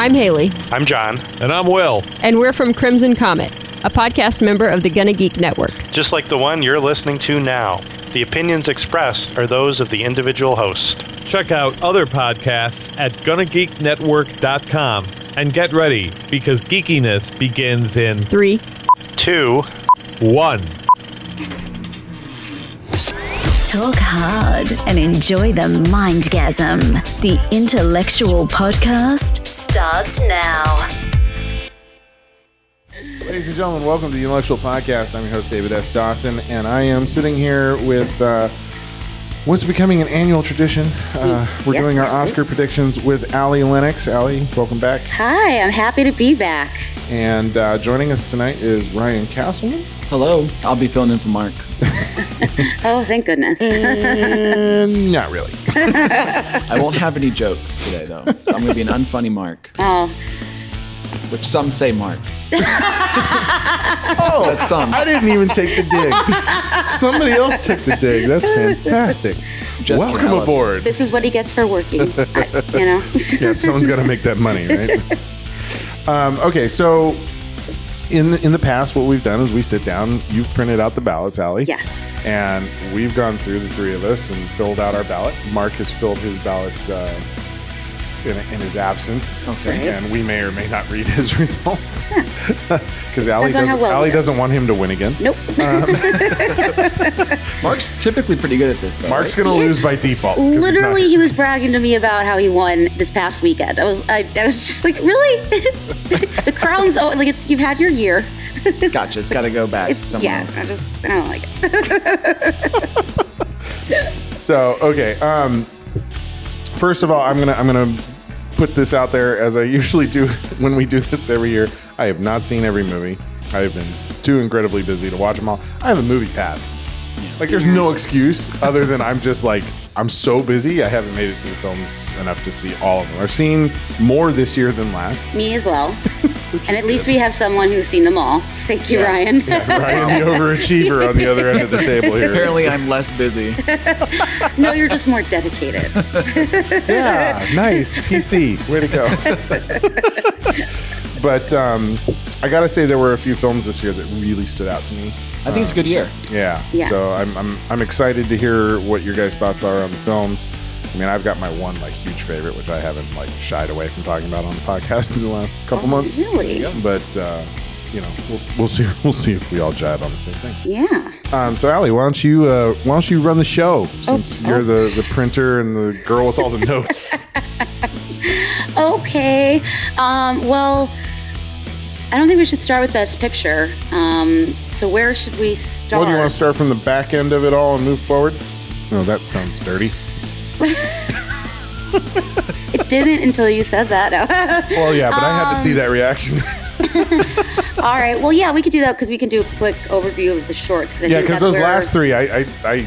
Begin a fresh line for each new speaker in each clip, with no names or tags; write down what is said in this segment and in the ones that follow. I'm Haley,
I'm John.
And I'm Will.
and we're from Crimson Comet, a podcast member of the Gunna Geek Network.
Just like the one you're listening to now, the opinions expressed are those of the individual host.
Check out other podcasts at GonnaGeekNetwork.com and get ready because geekiness begins in
Three,
Two,
one.
Talk hard and enjoy the mindgasm. The intellectual podcast starts now.
Ladies and gentlemen, welcome to the Intellectual Podcast. I'm your host, David S. Dawson, and I am sitting here with uh, what's becoming an annual tradition. Uh, we're
Yes,
doing our
yes,
Oscar
yes.
predictions with Allie Lennox. Allie, welcome back.
Hi, I'm happy to be back.
And uh, joining us tonight is Ryan Castleman
Uh,
Hello, I'll be filling in for Mark.
Oh, thank goodness.
and
Mm.
not really.
I won't have any jokes today, though. So I'm going to be an unfunny Mark,
oh,
which some say Mark. oh, that's some.
I didn't even take the dig. Somebody else took the dig. That's fantastic.
Just
welcome
kidding.
aboard.
this is what he gets for working. I, you know.
yeah, someone's got to make that money, right? um, okay, so in the, in the past, what we've done is we sit down. You've printed out the ballots, Allie.
Yes.
And we've gone through the three of us and filled out our ballot. Mark has filled his ballot uh, in, in his absence,
great.
and we may or may not read his results because Allie
Depends on how
doesn't
well he
Allie
does.
doesn't want him to win again.
Nope.
Uh, Mark's typically pretty good at this, though.
Mark's
right?
gonna lose by default. 'cause he's not
Literally,
here.
he was bragging to me about how he won this past weekend. I was, I, I was just like, really? the crown's oh, like it's you've had your year.
Gotcha. It's got to go back to
It's
someone
yeah. I
else.
just I don't like it.
So okay. Um, first of all, I'm gonna I'm gonna put this out there as I usually do when we do this every year. I have not seen every movie. I have been too incredibly busy to watch them all. I have a movie pass. Like there's no excuse other than I'm just like I'm so busy. I haven't made it to the films enough to see all of them. I've seen more this year than last.
me as well. and at least we have someone who's seen them all. Thank you, Ryan.
Ryan, the overachiever on the other end of the table here.
Apparently, I'm less busy.
no, you're just more dedicated.
yeah, Ah, nice PC. Way to go. but um, I gotta say, there were a few films this year that really stood out to me.
I think it's a good year.
Yeah.
Yes.
So I'm, I'm I'm excited to hear what your guys' thoughts are on the films. I mean, I've got my one like huge favorite, which I haven't like shied away from talking about on the podcast in the last couple months.
Oh, really?
But uh, you know, we'll, we'll see we'll see if we all jive on the same thing.
Yeah.
Um, so Allie, why don't you uh, why don't you run the show since
oh.
you're the the printer and the girl with all the notes.
Okay. Um, well, I don't think we should start with Best Picture. Um, so where should we start?
Well, do you want to start from the back end of it all and move forward? No, that sounds dirty.
It didn't until you said that.
Well, yeah, but I had to see that reaction.
All right. Well, yeah, we could do that because we can do a quick overview of the shorts. Cause I
yeah,
think
because
that's
those
where
last three, I, I, I,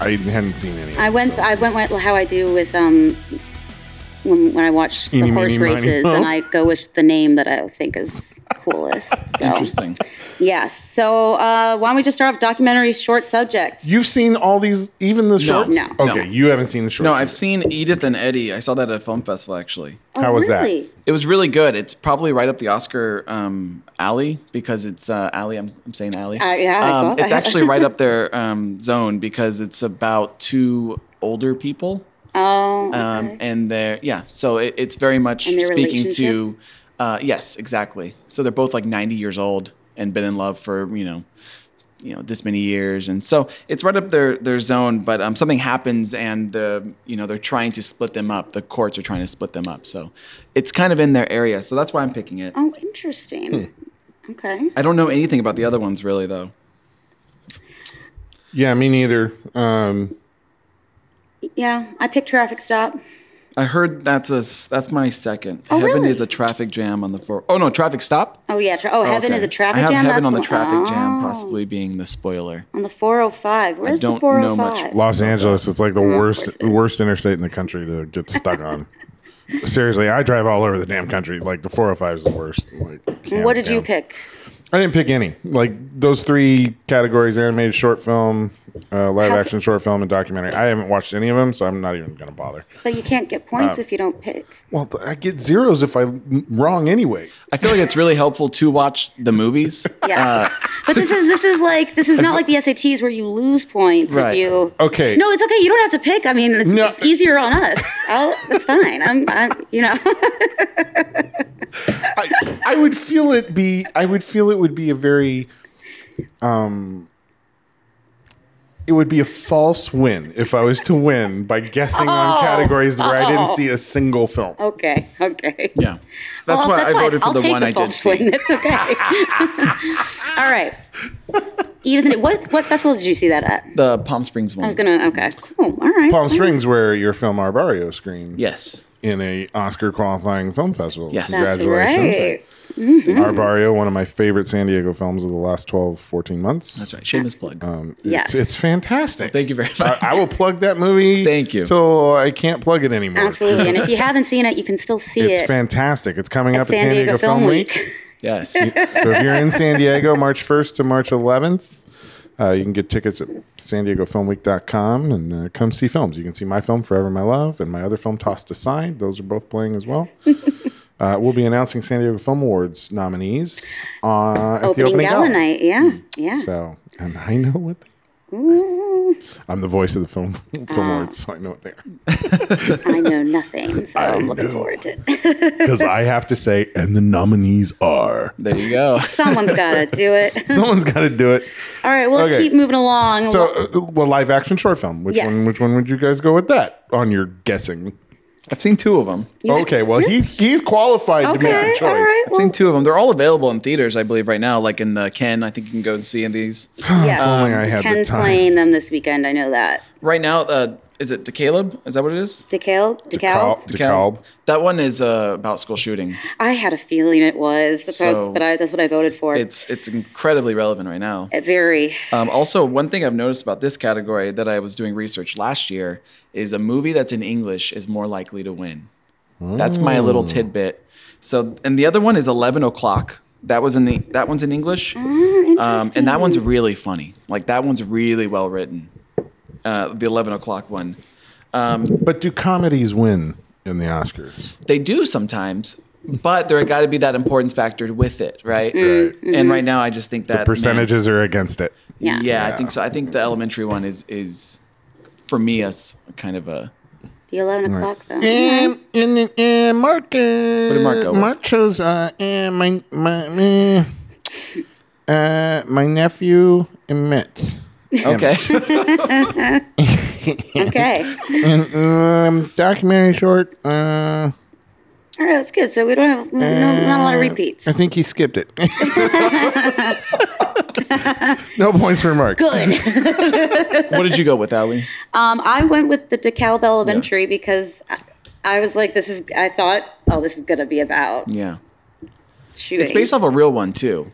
I hadn't seen any. of
I
them,
went.
so.
I went with how I do with um when, when I watch the
Eeny,
horse
meeny, miny,
races,
mo.
and I go with the name that I think is coolest. So.
Interesting.
Yes. So uh, why don't we just start off documentary short subjects?
You've seen all these, even the shorts.
No.
Okay, you haven't seen the shorts.
No,
either.
I've seen Edith and Eddie. I saw that at a film festival, actually.
Oh,
How was that?
really?
It was really good. It's probably right up the Oscar um, alley because it's uh, alley. I'm, I'm saying alley.
Uh, yeah, I
um,
saw
It's
that.
actually right up their um, zone because it's about two older people.
Oh.
Um, And they're, yeah, so it, it's very much
And their
speaking to,
relationship?
uh, yes, exactly. So they're both like 90 years old and been in love for, you know, you know this many years and so it's right up their their zone but um, something happens and the you know they're trying to split them up the courts are trying to split them up so it's kind of in their area so that's why i'm picking it
Oh, interesting.
Hmm.
Okay.
i don't know anything about the other ones really though
yeah, me neither. Um,
Yeah, I picked traffic stop.
i heard that's a s- that's my second
Oh,
heaven
really?
is a traffic jam on the four oh no traffic stop
Oh yeah. Tra- oh, heaven
Okay.
is a traffic
I have
jam.
Heaven on the
That's
traffic jam
oh,
possibly being the spoiler.
on the 405. Where's the
don't know
405?
much.
Los Angeles, it's like the
course
worst,
it is.
worst interstate in the country to get stuck on. oh Seriously, I drive all over the damn country. Like the 405 is the worst. Like, hands
What did you
down.
pick?
I didn't pick any. Like those three categories: animated short film, uh, live
Have-
action short film, and documentary. I haven't watched any of them, so I'm not even going to bother.
But you can't get points
Uh,
if you don't pick.
Well, th- I get zeros if I'm wrong anyway.
I feel like it's really helpful to watch the movies. uh,
Yeah. but this is this is like this is not like the SATs where you lose points
Right.
if you.
Okay.
No, it's okay. You don't have to pick. I mean, it's
No.
easier on us. I'll, it's fine. I'm, I'm you know.
I, I would feel it be. I would feel it would be a very. Um, it would be a false win if I was to win by guessing on categories where I didn't see a single film.
Okay. Okay.
Yeah. That's
Well,
why I
fine.
voted for
I'll
the
take
one
the
I did
false
see.
Win. It's okay. All right. Ethan, what what festival did you see that at?
The Palm Springs one.
I was gonna. Okay. Cool. All right.
Palm Springs, where your film Arbario screened
yes.
in a Oscar qualifying film festival.
Yes. That's
That's
Congratulations.
right. Mm.
Arbario, one of my favorite San Diego films of the last 12, 14 months.
That's right. Shameless plug.
It's,
Yes.
it's fantastic.
Thank you very much.
Uh, I, I will plug that movie.
Thank you.
Till I can't plug it anymore.
Absolutely. And if you haven't seen it, you can still see
It's
it.
fantastic. It's coming
at
up at San Diego, Film, Week.
yes.
so if you're in San Diego, March 1st to March 11th, uh, you can get tickets at san diego filmweek.com and uh, come see films. You can see my film, Forever My Love, and my other film, Tossed Aside. Those are both playing as well. Uh, we'll be announcing San Diego Film Awards nominees uh, at the
opening
opening gala.
gala night. Yeah. Yeah.
So, and I know what they I'm the voice of the film film
Ah.
awards, so I know what they are.
I know nothing. So I'm looking
know.
forward to it.
Because I have to say, and the nominees are.
There you go.
Someone's got to do it.
Someone's got to do it.
All right. Well, let's
Okay.
keep moving along.
So, uh, well, live action short film. Which
Yes.
one? Which one would you guys go with that on your guessing?
I've seen two of them.
okay, well, he's he's qualified to make
Hmm? okay.
the
All
choice.
right.
I've seen two of them. They're all available in theaters, I believe, right now. Like in the Ken, I think you can go and see in these.
yes.
only I had the
Ken's
time.
playing them this weekend. I know that.
Right now, uh, is it DeCaleb? Is that what it is?
DeKalb? DeKalb?
DeKalb.
That one is uh, about school shooting.
I had a feeling it was the post,
So-
but I, that's what I voted for.
It's it's incredibly relevant right now.
very.
Um, also, one thing I've noticed about this category that I was doing research last year is a movie that's in English is more likely to win. That's my little tidbit. So, and the other one is Eleven O'clock. That was in the, that one's in English, um, and that one's really funny. Like that one's really well written. Uh, the Eleven O'clock one.
But do comedies win in the Oscars?
They do sometimes, but there got to be that importance factor with it, right? And right now, I just think that man,
Percentages are against it.
Yeah.
yeah. I think so. I think the elementary one is is for me as kind of a
The 11 o'clock, though.
And, and, and Mark, uh,
did Mark go with?
chose uh, and my my uh, uh, my nephew Emmett.
okay.
Okay.
And um, documentary short. Uh,
All right, that's good. So we don't have no, not a lot of repeats.
I think he skipped it. no points for Mark.
Good.
what did you go with, Ali?
Um, I went with the DeKalb Elementary because I, I was like, this is. I thought, oh, this is gonna be about
Yeah,
shooting.
it's based off a real one too.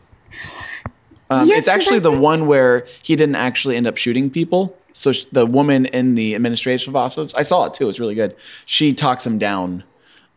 Um,
Yes,
it's
'cause I
actually the
think-
one where he didn't actually end up shooting people. So sh- the woman in the administrative office, I saw it too. It's really good. She talks him down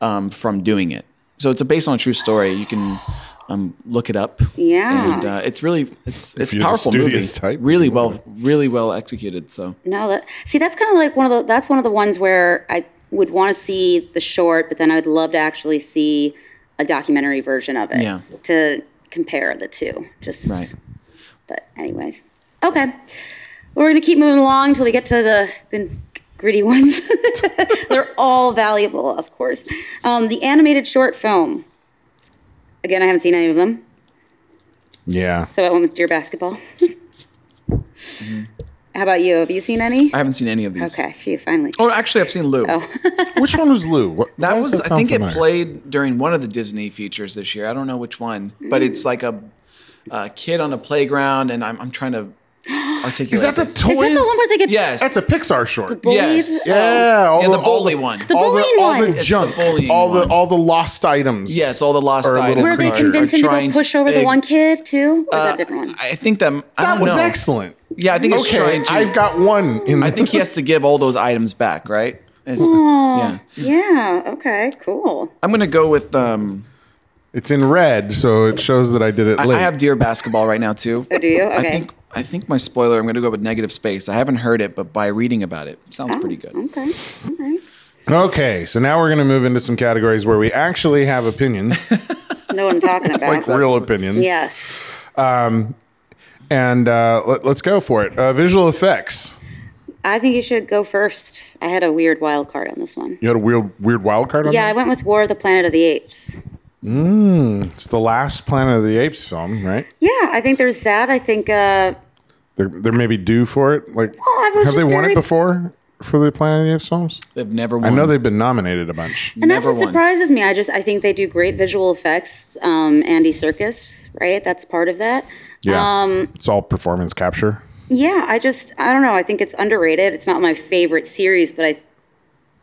um, from doing it. So it's a based on a true story. You can um, look it up.
Yeah.
and uh, it's really it's it's
you're the
powerful movie.
studious type,
Really
you love
well, really well executed. So
No, that, see, that's kind of like one of the. That's one of the ones where I would want to see the short, but then I would love to actually see a documentary version of it.
Yeah.
To compare the two, just.
Right.
But anyways, okay, we're gonna keep moving along until we get to the the gritty ones. They're all valuable, of course. Um, the animated short film. Again, I haven't seen any of them,
Yeah.
so I went with Deer Basketball. How about you? Have you seen any?
Mm-hmm. I haven't seen any of these.
Okay, phew, finally.
Oh, actually, I've seen Lou.
Which one was Lou? What,
That
why
was,
does
I
sound
think
familiar?
it played during one of the Disney features this year. I don't know which one, but
Mm.
it's like a, a kid on a playground, and I'm, I'm trying to articulate.
Is that the
this.
toys?
Is that the one where they get
yes?
That's a Pixar short.
bullied?
Yes.
Oh,
yeah, all
Yeah, the bully one. The
all
bullying
the, all
one.
the
It's
the
junk,
bullying
all the
one.
all the lost items.
Yes, all the lost
Are little
items.
Where they
creatures.
convince him to go
trying-
push over the
Ex- Uh,
one kid too? Or is that a different one?
I think that I
That
don't
was
know.
excellent.
Yeah, I think it's
Okay,
trying to.
I've got one. In
I think he has to give all those items back, right? It's- yeah.
Yeah. Okay. Cool.
I'm gonna go with um,
It's in red, so it shows that I did it
I,
late.
I have deer basketball right now too.
Oh, do you?
I
Okay.
think I think my spoiler. I'm going to go with negative space. I haven't heard it, but by reading about it, sounds pretty good.
Oh, Okay. All right.
okay, so now we're going to move into some categories where we actually have opinions,
Know what I'm talking
like
about.
real opinions. Um,
Yes.
And uh, let, us go for it. Uh, visual effects.
I think you should go first. I had a weird wild card on this one.
You had a weird, weird wild card on
Yeah, I
that?
went with War of the Planet of the Apes.
It's the last Planet of the Apes film, right?
Yeah, I think there's that. I think uh,
They're, they're maybe due for it. Like,
I was
have they
just
won it
very-
before for the Planet of the Apes films?
They've never
I
won.
know they've been nominated a bunch.
And that's
Never
what
won.
surprises me. I just I think they do great visual effects. Um, Andy Circus, right? That's part of that.
Yeah,
Um,
it's all performance capture.
Yeah, I just I don't know. I think it's underrated. It's not my favorite series, but I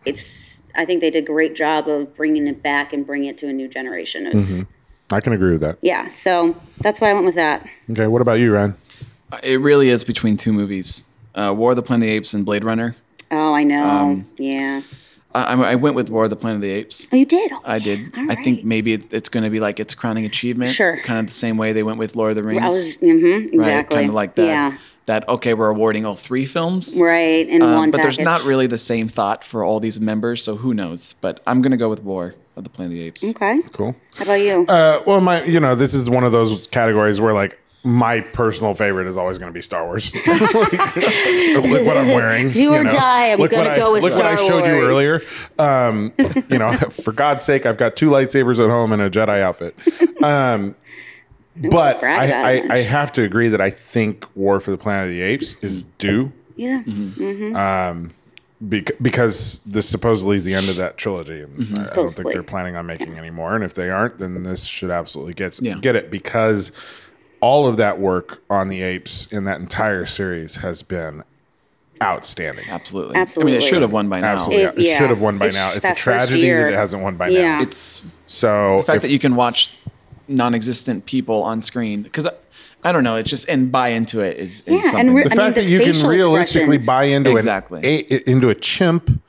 it's I think they did a great job of bringing it back and bringing it to a new generation of
Mm-hmm.
I can agree with that.
yeah. So that's why I went with that.
Okay, what about you, Ryan?
Uh, It really is between two movies: uh, War of the Planet of the Apes and Blade Runner.
Oh, I know.
Um,
yeah.
I, I I went with War of the Planet of the Apes.
Oh, you did. Oh,
I did.
yeah. All
I think
right.
maybe it, it's going to be like its crowning achievement.
Sure.
Kind of the same way they went with Lord of the Rings.
I was mm-hmm, exactly
Right? Kind of like that.
Yeah.
That okay, we're awarding all three films.
Right in
Uh,
Um,
one.
but there's
package.
not really the same thought for all these members, so who knows? But I'm gonna go with War of the Planet of the Apes.
Okay.
Cool.
How about you?
Uh, well, my, you know, this is one of those categories where like my personal favorite is always going to be Star Wars. like, look what I'm wearing.
Do or
you know.
die, I'm
Look what
gonna
I-
go with
look what I
Star
showed you
Wars.
earlier. Um, you know, for God's sake, I've got two lightsabers at home and a Jedi outfit. Um, but
brag about
I,
it
I,
much.
I have to agree that I think War for the Planet of the Apes is due
yeah.
mm-hmm. bec- because this supposedly is the end of that trilogy, and I- I, don't think
Mm-hmm. Supposedly.
they're planning on making any more. And if they aren't, then this should absolutely get
Yeah.
get it because all of that work on the apes in that entire series has been outstanding.
Absolutely. I mean,
Absolutely.
it should have won by now.
Absolutely,
It-
it,
yeah.
should have won by
It's
now.
just
It's a
that first
tragedy that
year.
it hasn't won by
Yeah.
now.
It's
So
the fact
if-
that you can watch non-existent people on screen because I, I don't know, it's just and buy into it is, is
Yeah, and
something.
the
we're- I mean,
fact
the
that you can
facial
realistically
expressions.
buy into
Exactly.
an a, into a chimp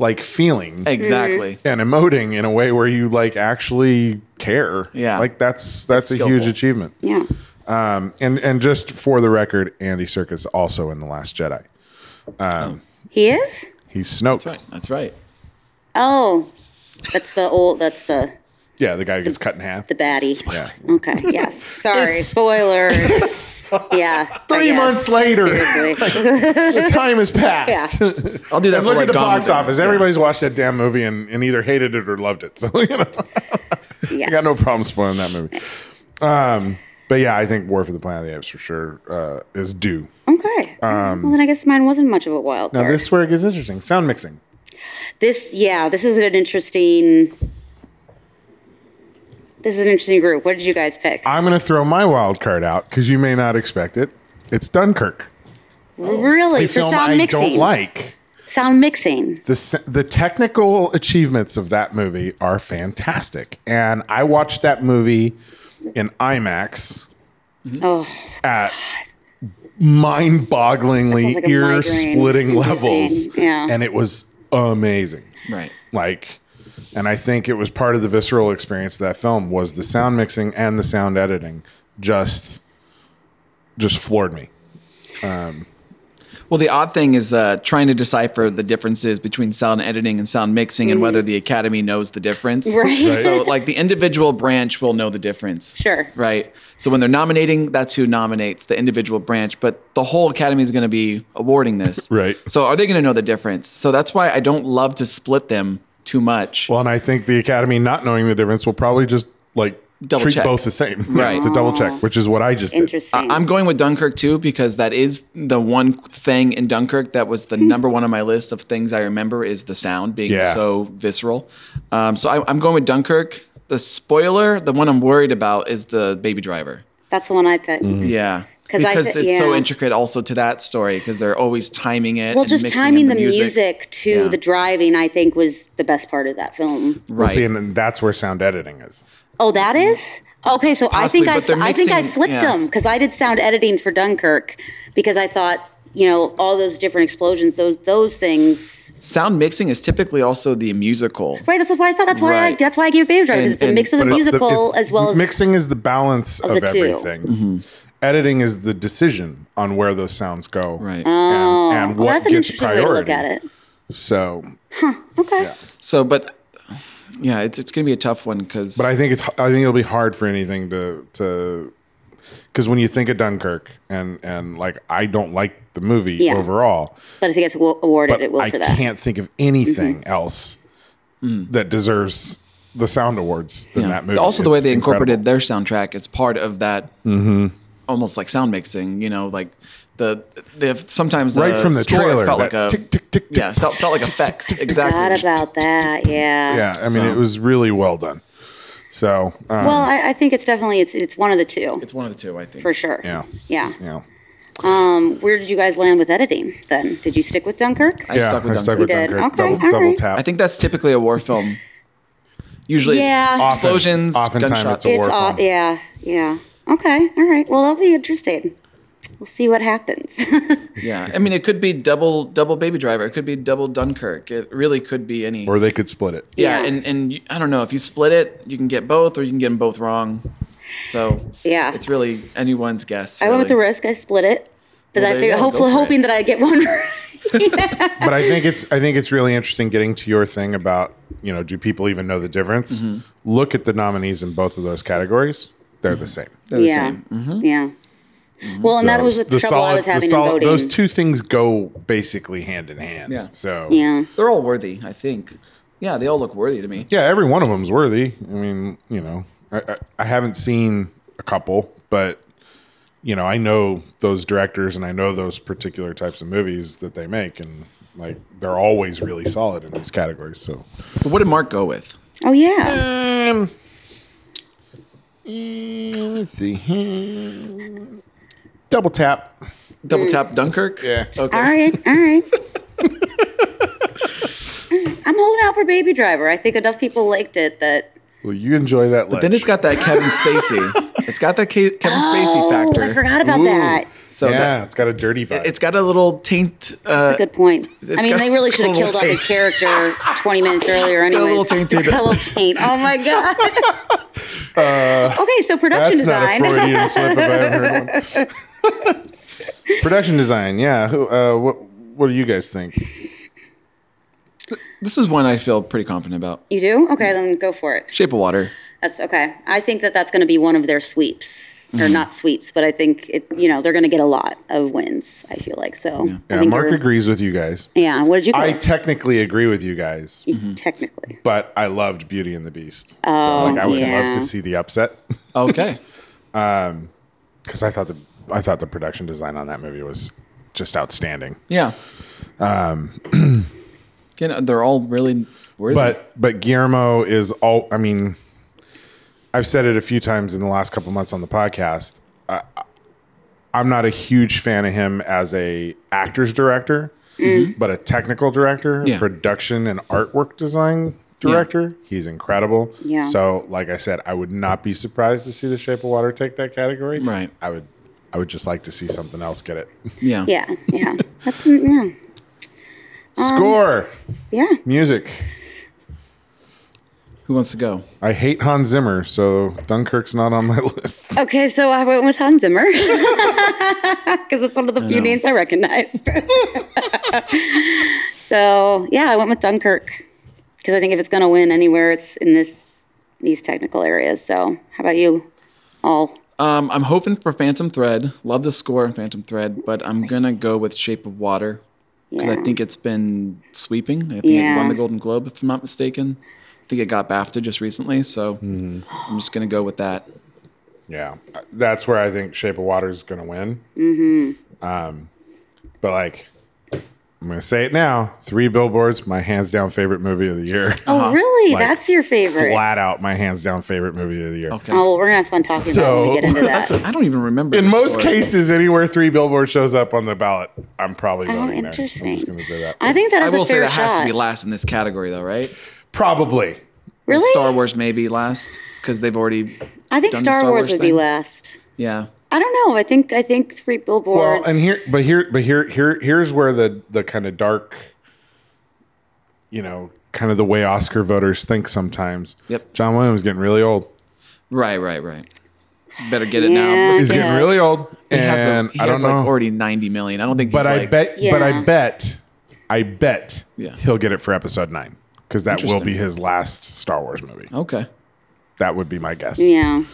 like feeling
exactly.
and emoting in a way where you like actually care.
Yeah.
like that's that's a huge
skillful.
achievement.
Yeah.
Um, and and just for the record, Andy Serkis also in the Last Jedi.
He is.
He's Snoke.
That's right. That's right.
Oh, that's the old. That's the
Yeah, the guy who gets cut in half.
the baddie.
Yeah.
Okay. Yes. Sorry.
It's-
Spoiler. yeah. I
Three
guess.
months later,
Seriously.
the time has passed.
I'll do
And
that. for
look
like
at the
Gone with
box
the-
office.
Yeah.
Everybody's watched that damn movie and, and either hated it or loved it. So you know,
Yes.
I got no problem spoiling that movie. Um, but yeah, I think War for the Planet of the Apes for sure uh, is due.
Okay. well, then I guess mine wasn't much of a wild
Um, Now
card.
this is where it gets interesting. Sound mixing.
this, yeah, this is an interesting. This is an interesting group. What did you guys pick?
I'm going to throw my wild card out because you may not expect it. It's Dunkirk.
really,
A
for
film
sound
I
mixing.
don't like.
Sound mixing.
the s- the technical achievements of that movie are fantastic, and I watched that movie in IMAX
Oh,
at mind-bogglingly
That sounds like a migraine.
ear-splitting
Interesting.
levels,
Yeah.
and it was amazing.
Right.
Like, and I think it was part of the visceral experience of that film was the sound mixing and the sound editing just just floored me.
Well, the odd thing is uh, trying to decipher the differences between sound editing and sound mixing, and whether the academy knows the difference.
Mm-hmm. Right. Right.
So, like the individual branch will know the difference.
Sure.
Right. So when they're nominating, that's who nominates the individual branch, but the whole academy is going to be awarding this.
Right.
So are they going to know the difference? So that's why I don't love to split them too much.
Well, and I think the Academy not knowing the difference will probably just like
Double
treat
check.
both the same.
Right.
to double check, which is what I just did.
interesting.
I- I'm going with Dunkirk too because that is the one thing in Dunkirk that was the
Hmm.
number one on my list of things I remember is the sound being
Yeah.
so visceral. Um, so I, I'm going with Dunkirk. The spoiler, the one I'm worried about is the Baby Driver.
That's the one I picked.
Yeah.
'Cause I
Because
th-
it's so
yeah.
intricate also to that story because they're always timing it.
Well,
and
just
mixing in
timing the music, to
Yeah.
the driving, I think, was the best part of that film.
Well,
Right.
see, and, and that's where sound editing is.
Oh, that is okay. So I
Possibly,
think I,
but they're
I think I
mixing-
flipped
yeah.
them because I did sound editing for Dunkirk because I thought you know all those different explosions those those things
Sound mixing is typically also the musical.
right that's why i thought that's why I,
Right.
that's why i gave it baby driver because
And-
it's a
and-
mix of the
But it's the-
musical
it's-
as well as
mixing is the balance of,
of the two.
everything.
Mm-hmm.
Editing is the decision on where those sounds go,
Right.
And, and
Oh. well,
what
that's an
gets
interesting
priority.
way to look at it
So,
okay
So, but yeah, it's it's gonna be a tough one because.
but I think it's I think it'll be hard for anything to to because when you think of Dunkirk and and like I don't like the movie
Yeah.
overall,
but if it gets awa- awarded
but
it will
I
for that Mm-hmm.
can't think of anything else that deserves the sound awards than
Mm. Yeah.
that movie.
Also, the way
It's
they incorporated
incredible. Mm-hmm.
their soundtrack is part of that, almost like sound mixing. You know, like the the sometimes the
right from the
score
trailer,
uh, felt
that
like a
tick, tick, tick,
yeah,
tick,
felt, felt like
tick, tick,
effects
tick, tick, tick.
Forgot
exactly.
about that yeah
Yeah, I mean,
So-
it was really well done. So, um,
well I, I think it's definitely it's it's one of the two
It's one of the two, I think.
for sure
yeah,
yeah
yeah,
where did you guys land with editing then did you stick with dunkirk
I
yeah.
stuck with
I stuck
Dunkirk.
with
You did.
Dunkirk.
Okay,
Double,
all
double
right.
tap.
I think that's typically a war film. Usually,
Yeah.
it's
Often-
explosions,
oftentimes
gunshots.
it's a war
it's all
film.
yeah yeah okay all right well that'll be interesting we'll see what happens
yeah, I mean, it could be double double Baby Driver. It could be double Dunkirk. It really could be any.
or they could split it.
yeah,
Yeah.
and and you, I don't know if you split it, you can get both, or you can get them both wrong. So
Yeah.
it's really anyone's guess.
I went with the
really.
risk. I split it, but
Well,
I
there you
figured,
go.
hopefully,
Go for
hoping
it.
that I get one. right.
But I think it's I think it's really interesting getting to your thing about you know do people even know the difference? Look at the nominees in both of those categories; they're the same.
yeah, yeah. Well, and that
So
was the, trouble I was
the
having
solid-
in voting.
Those two things go basically hand in hand.
Yeah.
So
yeah,
They're all worthy, I think. Yeah, they all look worthy to me.
Yeah, every one of them's worthy. I mean, you know, I, I, I haven't seen a couple, but you know, I know those directors and I know those particular types of movies that they make, and like they're always really solid in these categories. So
But what did Mark go with?
oh yeah.
Um, Mm, let's see, double tap.
Double
Mm.
tap Dunkirk? Yeah. Okay.
All right, all right. I'm holding out for Baby Driver. I think enough people liked it that
Well, you enjoy that. But
Then it's got that Kevin Spacey. it's got that Ke- Kevin
oh,
Spacey
I
factor.
forgot about
Ooh.
that.
So
yeah,
that,
it's got a dirty vibe.
it's got a little taint. Uh,
Good point. I mean,
got
they really should have
total
killed off his character 20 minutes earlier,
got a
anyways.
little taint to
It's got a
it.
little taint. Oh my god. okay, so production
Uh, That's
design.
not a Freudian slip if I ever heard one. Production design, yeah. Who, uh, what, what do you guys think?
this is one I feel pretty confident about.
You do? Okay, then go for it.
Shape of Water.
That's okay. I think that that's going to be one of their sweeps,
Mm-hmm.
or not sweeps, but I think it. You know, they're going to get a lot of wins. I feel like so. I
Yeah,
think
Mark
you're-
agrees with you guys.
Yeah. What did you?
I Mm-hmm.
I
technically agree with you guys,
technically.
but I loved Beauty and the Beast. Oh, so like I would
yeah.
love to see the upset
Okay.
because I thought the I thought the production design on that movie was just outstanding.
yeah. Um,
Um,
Again, they're all really worthy.
But but Guillermo is all. I mean, I've said it a few times in the last couple months on the podcast. I, I'm not a huge fan of him as a actors director, but a technical director,
Mm-hmm. Yeah.
production and artwork design director. He's incredible.
Yeah.
So, like I said, I would not be surprised to see The Shape of Water take that category.
Right. Um,
I would. I would just like to see something else get it.
yeah.
Yeah. Yeah. That's yeah.
Score,
Yeah.
music.
Who wants to go?
I hate Hans Zimmer, so Dunkirk's not on my list.
Okay, so I went with Hans Zimmer because it's one of the few
know.
names I recognized. so yeah, I went with Dunkirk because I think if it's going to win anywhere, it's in this these technical areas. So how about you? All
Um, I'm hoping for Phantom Thread. Love the score in Phantom Thread, but I'm gonna go with Shape of Water because
Yeah.
I think it's been sweeping. I think it
Yeah.
won the Golden Globe, if I'm not mistaken. I think it got BAFTA just recently, so
Hmm.
I'm just gonna go with that.
Yeah, that's where I think Shape of Water is going to win. Mm-hmm. Um, but like, I'm going to say it now: Three Billboards, my hands down favorite movie of the year.
Uh-huh.
oh really?
Like,
That's your favorite.
Flat out, my hands down favorite movie of the year.
Okay.
Oh, well, we're gonna have fun talking about it when we
So-
get into that.
I don't even remember.
In
the
most
score.
cases, anywhere Three Billboards shows up on the ballot, I'm probably voting there. I'm
Oh, interesting.
just going to say that.
I think that
I
is a
will say
fair
that has to
shot.
be last in this category, though, right?
probably.
really?
Star Wars maybe last because they've already.
I think
done the
Star,
Star
Wars
Wars
would be
thing.
last.
Yeah,
I don't know. I think I think three billboards.
Well, and here, but here, but here, here, here's where the the kind of dark, you know, kind of the way Oscar voters think sometimes.
Yep.
John Williams getting really old.
Right, right, right. Better get it
Yeah.
now.
He's
Yes.
getting really old,
He has, the-
and
he
I don't
has,
know.
like already 90 million. I don't think
but
he's
I
like,
bet, but I
Yeah.
bet, I bet
Yeah.
he'll get it for Episode Nine because that will
Interesting. Oh.
be his last Star Wars movie.
Okay.
That would be my guess.
yeah.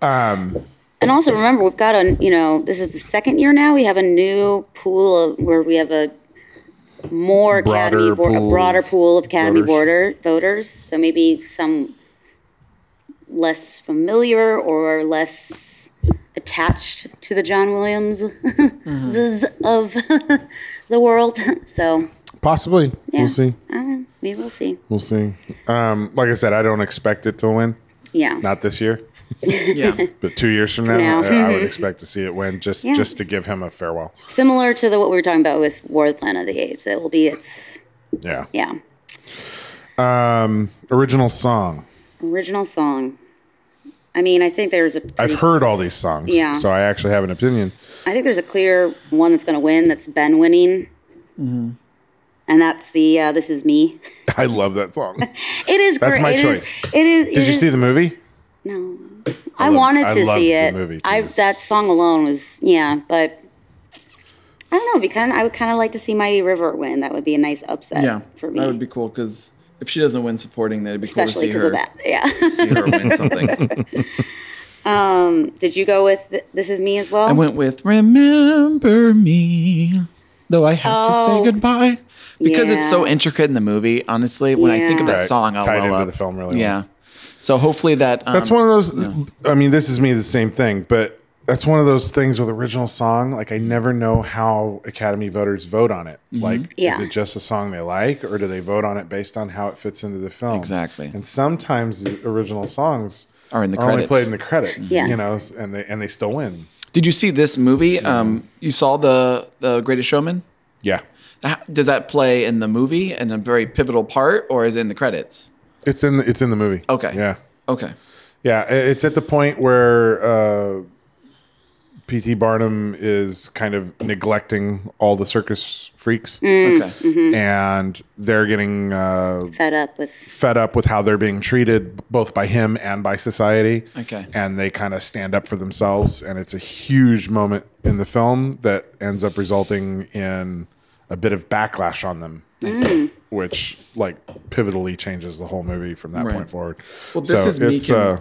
Um,
and also remember, we've got a you know this is the second year now. We have a new pool of where we have a more academy
Broader
vo-
pool
a broader pool of academy
voters.
border voters. So maybe some less familiar or less attached to the John Williams
Mm-hmm.
of the world. So
Possibly.
Yeah.
We'll see.
we will see.
We'll see. Um, like I said, I don't expect it to win.
Yeah.
Not this year.
Yeah.
But two years from now,
now.
I, I would expect to see it win just
Yeah.
just to give him a farewell.
Similar to the, what we were talking about with War of the Planet of the Apes. It will be its,
Yeah.
yeah,
Original song.
original song. I mean, I think there's a.
I've heard all these songs,
Yeah.
so I actually have an opinion.
I think there's a clear one that's going to win that's been winning.
Mm-hmm.
And that's the uh, This Is Me.
I love that song.
It is
That's
great.
my
It is-
choice.
it is.
Did you see the movie?
No. I,
loved-
wanted
I
to
loved
see
the
it.
movie,
I
too.
that song alone was yeah, but I don't know. it'd Be kind I would kind of like to see Mighty River win. That would be a nice upset
Yeah.
for me,
That would be cool because if she doesn't win supporting, then it'd be
especially
cool to
because
see her,
of that. Um, Yeah.
see her win something.
Did you go with th- This Is Me as well?
I went with Remember Me, though I have
Oh.
to say goodbye. Because it's so
Yeah.
intricate in the movie, honestly. When I think of
Yeah.
that
Right.
song, I'll
Tied
well
into
up.
the film really
Yeah. So hopefully that. Um,
That's one of those. I mean, this is me, the same thing, but that's one of those things with original song. Like, I never know how Academy voters vote on it.
Mm-hmm.
Like, is
Yeah.
it just a song they like, or do they vote on it based on how it fits into the film?
Exactly.
And sometimes the original songs
Are in the
only
credits.
played in the credits.
Yes.
You know, and they and they still win.
Did you see this movie? Um, you saw the the Greatest Showman.
Yeah,
How- Does that play in the movie in a very pivotal part, or is it in the credits?
it's in the, it's in the movie.
Okay.
Yeah.
Okay.
Yeah, i- it's at the point where uh, P.T. Barnum is kind of neglecting all the circus freaks,
Mm.
Okay.
Mm-hmm.
and they're getting uh,
Fed up with
fed up with how they're being treated, both by him and by society.
Okay.
and they kind of stand up for themselves, and it's a huge moment in the film that ends up resulting in a bit of backlash on them. Which like pivotally changes the whole movie from that
Right.
point forward. uh,
Well, This Is Me can-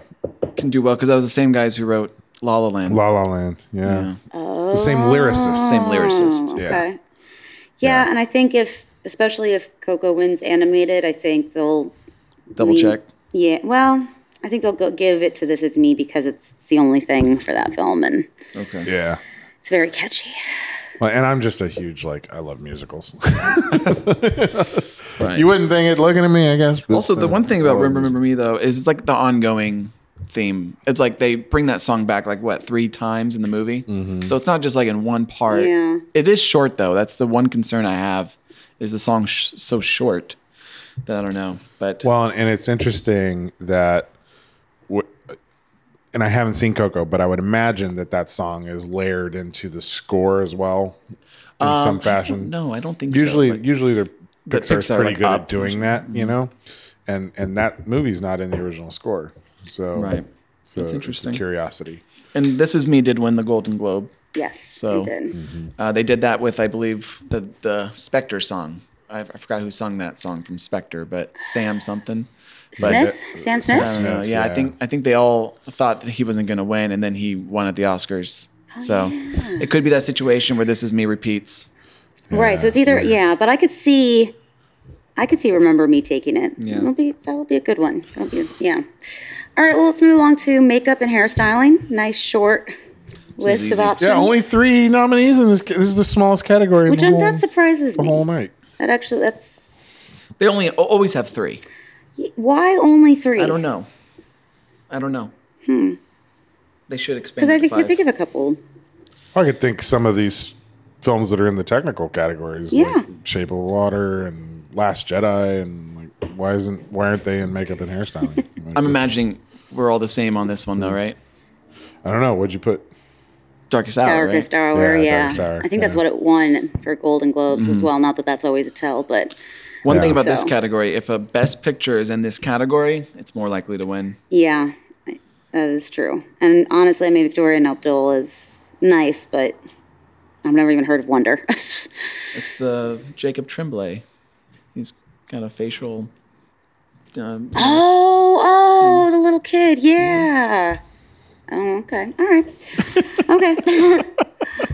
Can do well because that was the same guys who wrote La La Land.
La La Land. Yeah. The same lyricist.
same
Oh.
lyricist.
Yeah.
okay. Yeah, and I think if especially if Coco wins animated, I think they'll
Double
lean-
check.
Yeah, well, I think they'll go give it to This Is Me because it's the only thing for that film and
Okay.
Yeah.
it's very catchy.
Well, and I'm just a huge like I love musicals.
Right.
you wouldn't think it looking at me, I guess. but,
also, the
uh,
one thing
I
about
love
Remember,
musicals.
Remember Me though is it's like the ongoing theme. It's like they bring that song back like what three times in the movie. So it's not just like in one part.
Yeah.
It is short though. That's the one concern I have is the song sh- so short that I don't know. But
Well, and it's interesting that, w- and I haven't seen Coco, but I would imagine that that song is layered into the score as well, in some fashion.
no, I don't think
usually
so. Um, Like,
usually they're
The
Pixar's
Pixar,
pretty
like,
good
up.
at doing that, you know, and and that movie's not in the original score, so
Right.
So
That's
interesting.
interesting.
curiosity.
and this is me did win the Golden Globe.
Yes,
So-
it did.
Uh, they did that with, I believe, the the Spectre song. I, I forgot who sung that song from Spectre, but Sam something. But-
Smith, Sam Smith.
I don't know.
Smith,
Yeah, I
yeah.
think I think they all thought that he wasn't going to win, and then he won at the Oscars.
Oh,
so it could be that situation where this is me repeats.
Right. So it's either yeah, but I could see, I could see. Remember me taking it.
Yeah.
That'll be that'll be a good one. That'll be yeah. All right. Well, let's move along to makeup and hairstyling. Nice short list of
easy.
options.
Yeah, only three nominees in this. This is the smallest category.
which
the
um,
whole,
that surprises
the whole
me.
night.
That actually that's
They only al- always have three.
why only three.
I don't know. I don't know. Hmm. They should expand.
Because I
it to
think you
five.
think of a couple.
I could think some of these films that are in the technical categories, yeah.
Yeah.
like Shape of Water and Last Jedi, and like why isn't why aren't they in makeup and hairstyling? Like,
I'm
it's-
imagining we're all the same on this one, though, right?
I don't know. What'd you put?
Darkest Hour. right?
Darkest Hour,
Yeah,
yeah.
Darkest Hour,
I think that's
yeah.
what it won for Golden Globes as
Mm-hmm.
well. Not that that's always a tell, but
One
Yeah.
thing about this
So-
category, if a best picture is in this category, it's more likely to win.
yeah, I- that is true. And honestly, I mean, Victoria and Abdul is nice, but I've never even heard of Wonder.
It's the Jacob Tremblay. He's got a facial. Um,
Oh,
Mm.
oh, the little kid.
Mm-hmm.
Yeah. Oh, okay. All right. Okay. well,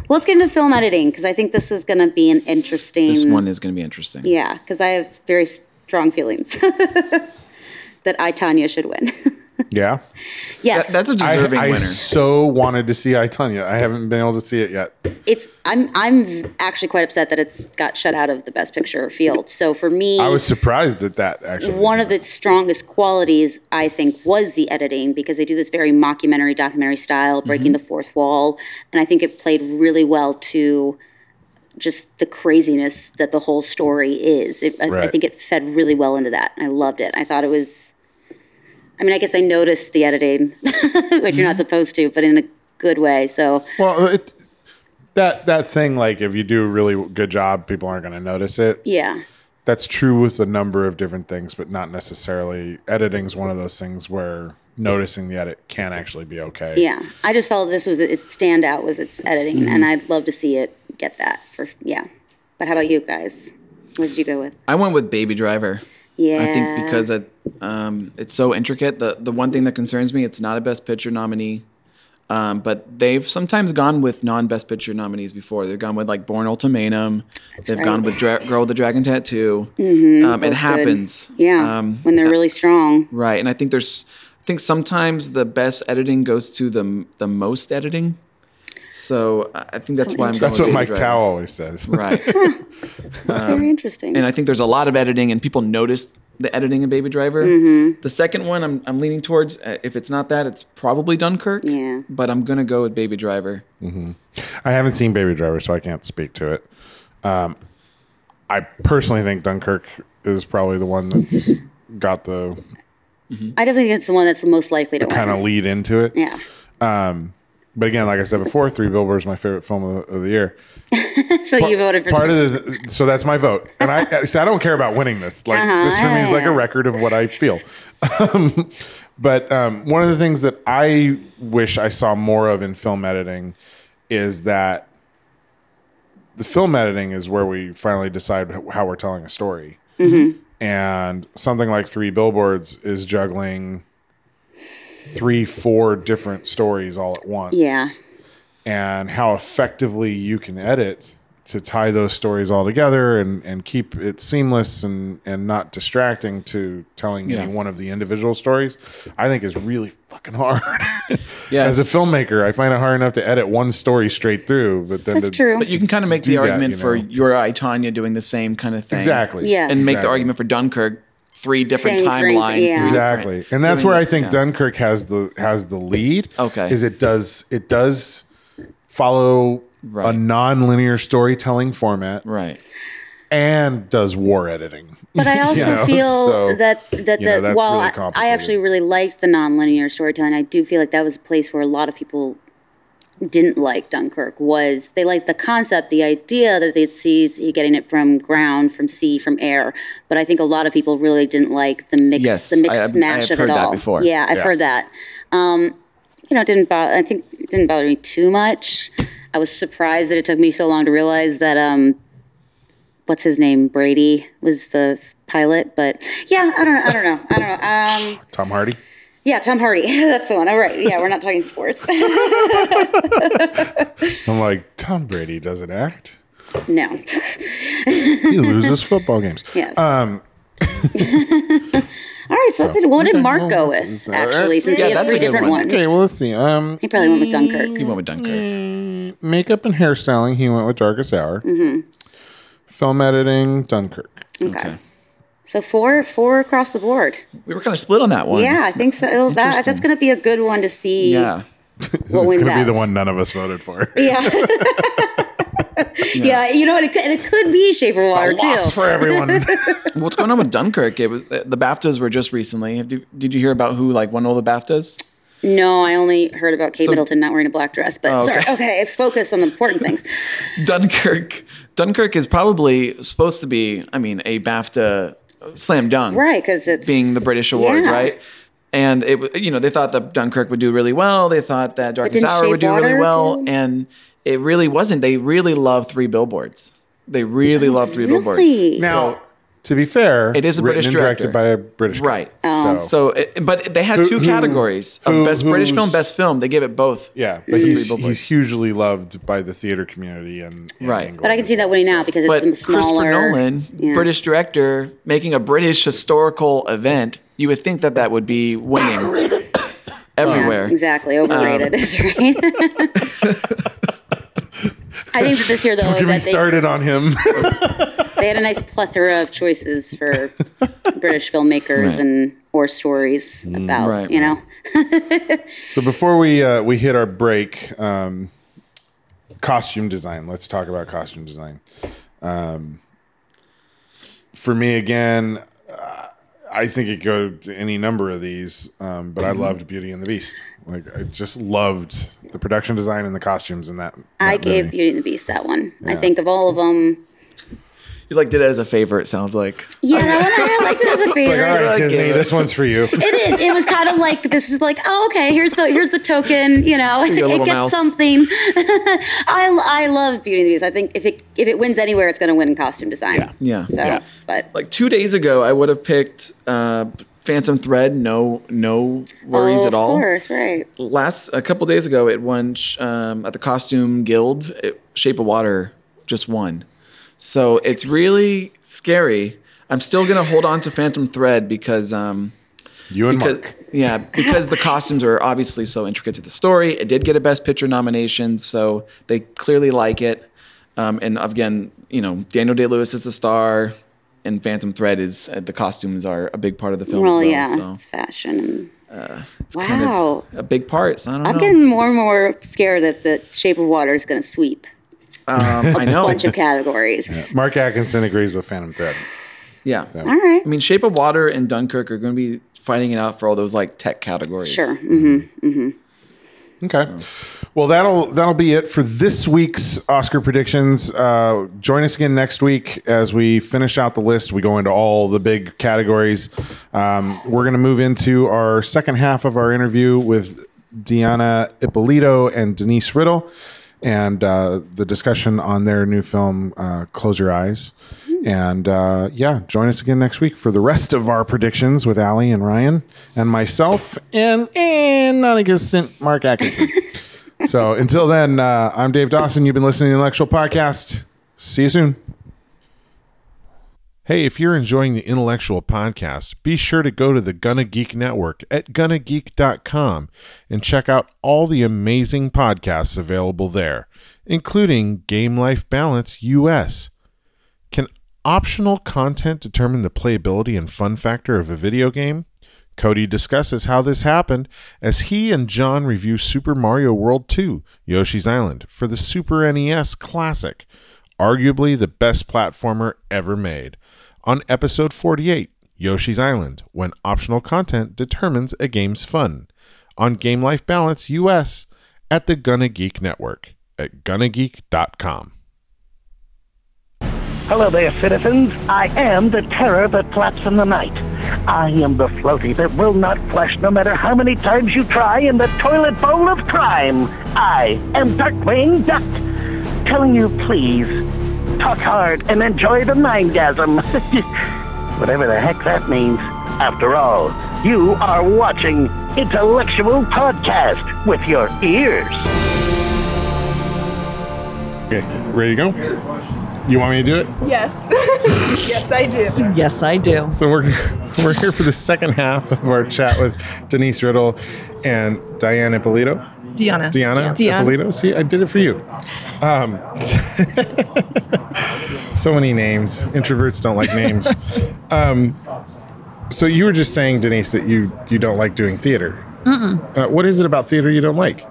let's get into film editing because I think this is going to be an interesting.
this one is going to be interesting.
Yeah, because I have very strong feelings that I, Tanya, should win.
Yeah.
That-
yes.
that's a
I,
deserving
I
winner.
so wanted to see I Tanya. I haven't been able to see it yet.
it's I'm I'm actually quite upset that it's got shut out of the best picture field. So for me,
I was surprised at that actually.
one of its strongest qualities, I think, was the editing because they do this very mockumentary, documentary style, breaking the fourth wall. And I think it played really well to just the craziness that the whole story is. It, I, I
Right.
think it fed really well into that. I loved it. I thought it was, I mean, I guess I noticed the editing, which you're not supposed to, but in a good way. So,
Well, it, that that thing like if you do a really good job, people aren't going to notice it.
yeah.
That's true with a number of different things, but not necessarily editing's one of those things where noticing the edit can actually be okay.
Yeah, I just felt this was its standout was its editing,
Mm-hmm.
and I'd love to see it get that for yeah. But how about you guys? What did you go with?
I went with Baby Driver.
Yeah,
I think because it, um, it's so intricate. The the one thing that concerns me, it's not a Best Picture nominee, um, but they've sometimes gone with non Best Picture nominees before. They've gone with like Born Ultimatum. they've
right.
gone with Dra- Girl with the Dragon Tattoo. um, it
both good.
happens.
Yeah,
Um,
when they're really strong.
right, and I think there's, I think sometimes the best editing goes to the the most editing. So I I think that's why I'm.
That's what
going with Baby
Mike
Driver.
Tao always says.
Right.
That's very interesting.
uh, and I think there's a lot of editing, and people notice the editing in Baby Driver.
Mm-hmm.
The second one, I'm, I'm leaning towards. Uh, if it's not that, it's probably Dunkirk.
Yeah.
But I'm gonna go with Baby Driver.
I haven't seen Baby Driver, so I can't speak to it. Um, I personally think Dunkirk is probably the one that's got the
I definitely think it's the one that's the most likely to
kind of
win.
lead into it.
Yeah,
But again, like I said before, Three Billboards is my favorite film of the, of the year.
so you voted for
Part of the so that's my vote, and I so I don't care about winning this. Like
Uh-huh,
this for me is like a record of what I feel. Um, but um, one of the things that I wish I saw more of in film editing is that the film editing is where we finally decide how we're telling a story.
Mm-hmm.
And something like Three Billboards is juggling three, four different stories all at once
Yeah.
and how effectively you can edit to tie those stories all together and, and keep it seamless and, and not distracting to telling any one of the individual stories, I think is really fucking hard.
Yeah.
As a filmmaker, I find it hard enough to edit one story straight through, but then
That's
to-
true.
But you can kind of make
do
the
that,
argument
you
for
know.
Your I Tanya doing the same kind of thing.
Exactly.
Yeah.
And make
Exactly.
the argument for Dunkirk, three different
Same frame,
timelines.
yeah.
three
Exactly.
different-
and that's
doing
where I
it,
think
yeah.
Dunkirk has the has the lead.
Okay.
Is it does it does follow a
Right.
non-linear storytelling format
Right.
and does war editing.
But I also
know,
feel
so,
that that
you know,
the
that's
while
really
I- I,
complicated.
actually really liked the nonlinear storytelling, I do feel like that was a place where a lot of people didn't like Dunkirk. Was they liked the concept, the idea that they'd see you getting it from ground, from sea, from air. But I think a lot of people really didn't like the mix,
Yes,
the mix
I- I-
smash
I've
of
heard
it
that
all.
before.
Yeah, I've
Yeah.
heard that. Um, you know, it didn't bother. I think it didn't bother me too much. I was surprised that it took me so long to realize that um, what's his name Brady was the pilot, but yeah, I don't know, I don't know, I don't know. Um,
Tom Hardy.
yeah, Tom Hardy, that's the one. All right, yeah, we're not talking sports.
I'm like, Tom Brady doesn't act.
no,
He loses football games.
yes.
Um,
All right, so, that's it. What did Mark
well,
go
that's-
with?
that's-
Actually, since
Yeah,
we have
that's
three
a good
different
one.
ones,
okay, well, let's see. Um,
he probably went with Dunkirk.
He went
Mm.
with Dunkirk.
makeup and hairstyling, he went with Darkest Hour.
Mm-hmm.
Film editing, Dunkirk.
Okay. So four, four across the board.
We were kind of split on that one.
Yeah, I think so. It'll- That, that's going to be a good one to see.
Yeah.
what
it's
wins
gonna be
out.
the one none of us voted for.
Yeah. yeah, you know, and it could, and it could be Shape of Water too.
Lost for everyone.
What's uh, going on with Dunkirk? It was the the BAFTAs were just recently. Have you, did you hear about who like won all the BAFTAs?
No, I only heard about Kate
So- Oh,
Middleton not wearing a black dress, but
okay.
sorry. Okay, focus on the important things.
Dunkirk. Dunkirk is probably supposed to be, I mean, a BAFTA slam dunk.
Right, because it's
Being the British awards,
Yeah.
right? And it, wa- you know, they thought that Dunkirk would do really well. They thought that Darkest
didn't
Hour
Shape
would do really
Water
well,
do-
and it really wasn't. They really love Three Billboards. They really love Three Billboards.
Really?
Now, to be fair,
It is a
written
British
and directed
director.
by a British guy.
Right.
Oh.
so,
So, it, but they had
Who-
two
who-
categories of
who-
best British film,
who's-
best film. They gave it both.
yeah, but he's,
Unbelievable.
he's hugely loved by the theater community and in
Right.
England
but I can
as
see that
well,
winning
so.
out because
But
it's smaller.
Christopher Nolan,
Yeah.
British director, making a British historical event, you would think that that would be winning everywhere. Um,
Exactly, overrated is right. I think that this year though
Get me
that they,
started on him.
they had a nice plethora of choices for British filmmakers
Right. Mm,
and or stories about
Right,
you know.
right.
so before we uh, we hit our break, um, costume design. Let's talk about costume design. Um, for me, again, uh, I think it go to any number of these, um, but I loved Beauty and the Beast. Like I just loved the production design and the costumes in that.
I
that
gave
movie.
Beauty and the Beast that one. I think of all of them.
You like did it as a favor. It sounds like
Yeah, that one I liked it as a
It's like,
favorite.
all right,
I
Disney,
gave it.
this one's for you.
it is. It was kind of like this is like oh okay here's the here's the token you know
you a
it
little
gets
mouse.
something. I I love Beauty and the Beast. I think if it if it wins anywhere it's going to win in costume design. Yeah.
Yeah.
So
Yeah.
but
like two days ago, I would have picked uh, Phantom Thread. No, no worries
oh,
at all.
Of course, right.
Last a couple days ago, it won sh- um, at the Costume Guild. It, Shape of Water just won, so it's really scary. I'm still gonna hold on to Phantom Thread because. Um,
You and
because,
Mark.
Yeah, because the costumes are obviously so intricate to the story. It did get a Best Picture nomination, so they clearly like it. Um, and again, you know, Daniel Day Lewis is the star, and Phantom Thread is uh, the costumes are a big part of the film.
Well,
as well,
yeah,
so Uh,
it's fashion. and wow,
kind of a big part. So I don't
I'm
know.
getting more and more scared that the Shape of Water is going to sweep
um, I know.
bunch of categories.
Mark Atkinson agrees with Phantom Thread.
Yeah.
All right,
I mean, Shape of Water and Dunkirk are going to be fighting it out for all those like tech categories.
sure. hmm
Okay. Well, that'll that'll be it for this week's Oscar predictions. Uh, join us again next week as we finish out the list. We go into all the big categories. Um, we're going to move into our second half of our interview with Deanna Ippolito and Denise Riddle, and uh, the discussion on their new film uh, "Close Your Eyes." And uh, yeah, join us again next week for the rest of our predictions with Allie and Ryan and myself and and non-existent Mark Atkinson. so until then, uh, I'm Dave Dawson. You've been listening to the Intellectual Podcast. See you soon. Hey, if you're enjoying the Intellectual Podcast, be sure to go to the Gunna Geek Network at gunnageek.com and check out all the amazing podcasts available there, including Game Life Balance US. Can optional content determine the playability and fun factor of a video game? Cody discusses how this happened as he and John review Super Mario World 2 Yoshi's Island for the Super NES Classic, arguably the best platformer ever made, on episode 48 Yoshi's Island When Optional Content Determines a Game's Fun, on Game Life Balance US at the Gunna Geek Network at gunnageek.com.
Hello there, citizens. I am the terror that flaps in the night. I am the floaty that will not flush no matter how many times you try in the toilet bowl of crime. I am Darkwing Duck, telling you please talk hard and enjoy the mindgasm. Whatever the heck that means. After all, you are watching Intellectual Podcast with your ears.
Okay, ready to go? You want me to do it?
Yes. yes, I do.
Yes, I do.
So we're we're here for the second half of our chat with Denise Riddle and Diane Ippolito.
Deanna.
Diana
Dion.
Ippolito. See, I did it for you. Um, so many names. Introverts don't like names. Um, so you were just saying, Denise, that you you don't like doing theater. Uh, what is it about theater you don't like?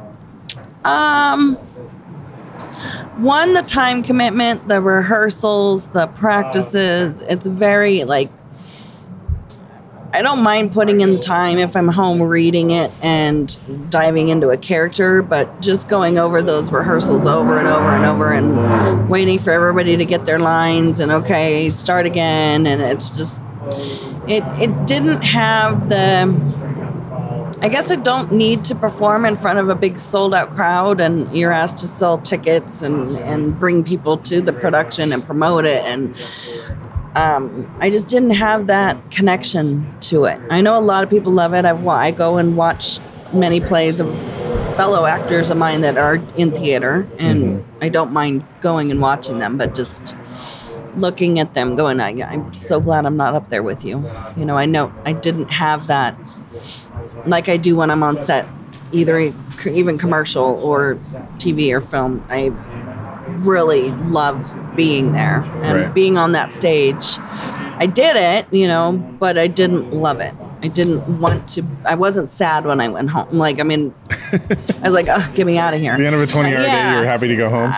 Um, one, the time commitment, the rehearsals, the practices. It's very like
I don't mind putting in the time if I'm home reading it and diving into a character, but just going over those rehearsals over and over and over and waiting for everybody to get their lines and okay, start again and it's just it it didn't have the I guess I don't need to perform in front of a big sold out crowd and you're asked to sell tickets and, and bring people to the production and promote it and um, I just didn't have that connection to it. I know a lot of people love it. I've, wa- I go and watch many plays of fellow actors of mine that are in theater, and I don't mind going and watching them, but just looking at them going, I, I'm so glad I'm not up there with you. You know, I know I didn't have that like I do when I'm on set, either e- even commercial or TV or film. I really love being there and
Right.
being on that stage. I did it, you know, but I didn't love it. I didn't want to. I wasn't sad when I went home. Like, I mean, I was like, "Ugh, get me out of here."
At the end of a 20 hour
Yeah.
day, you're happy to go home.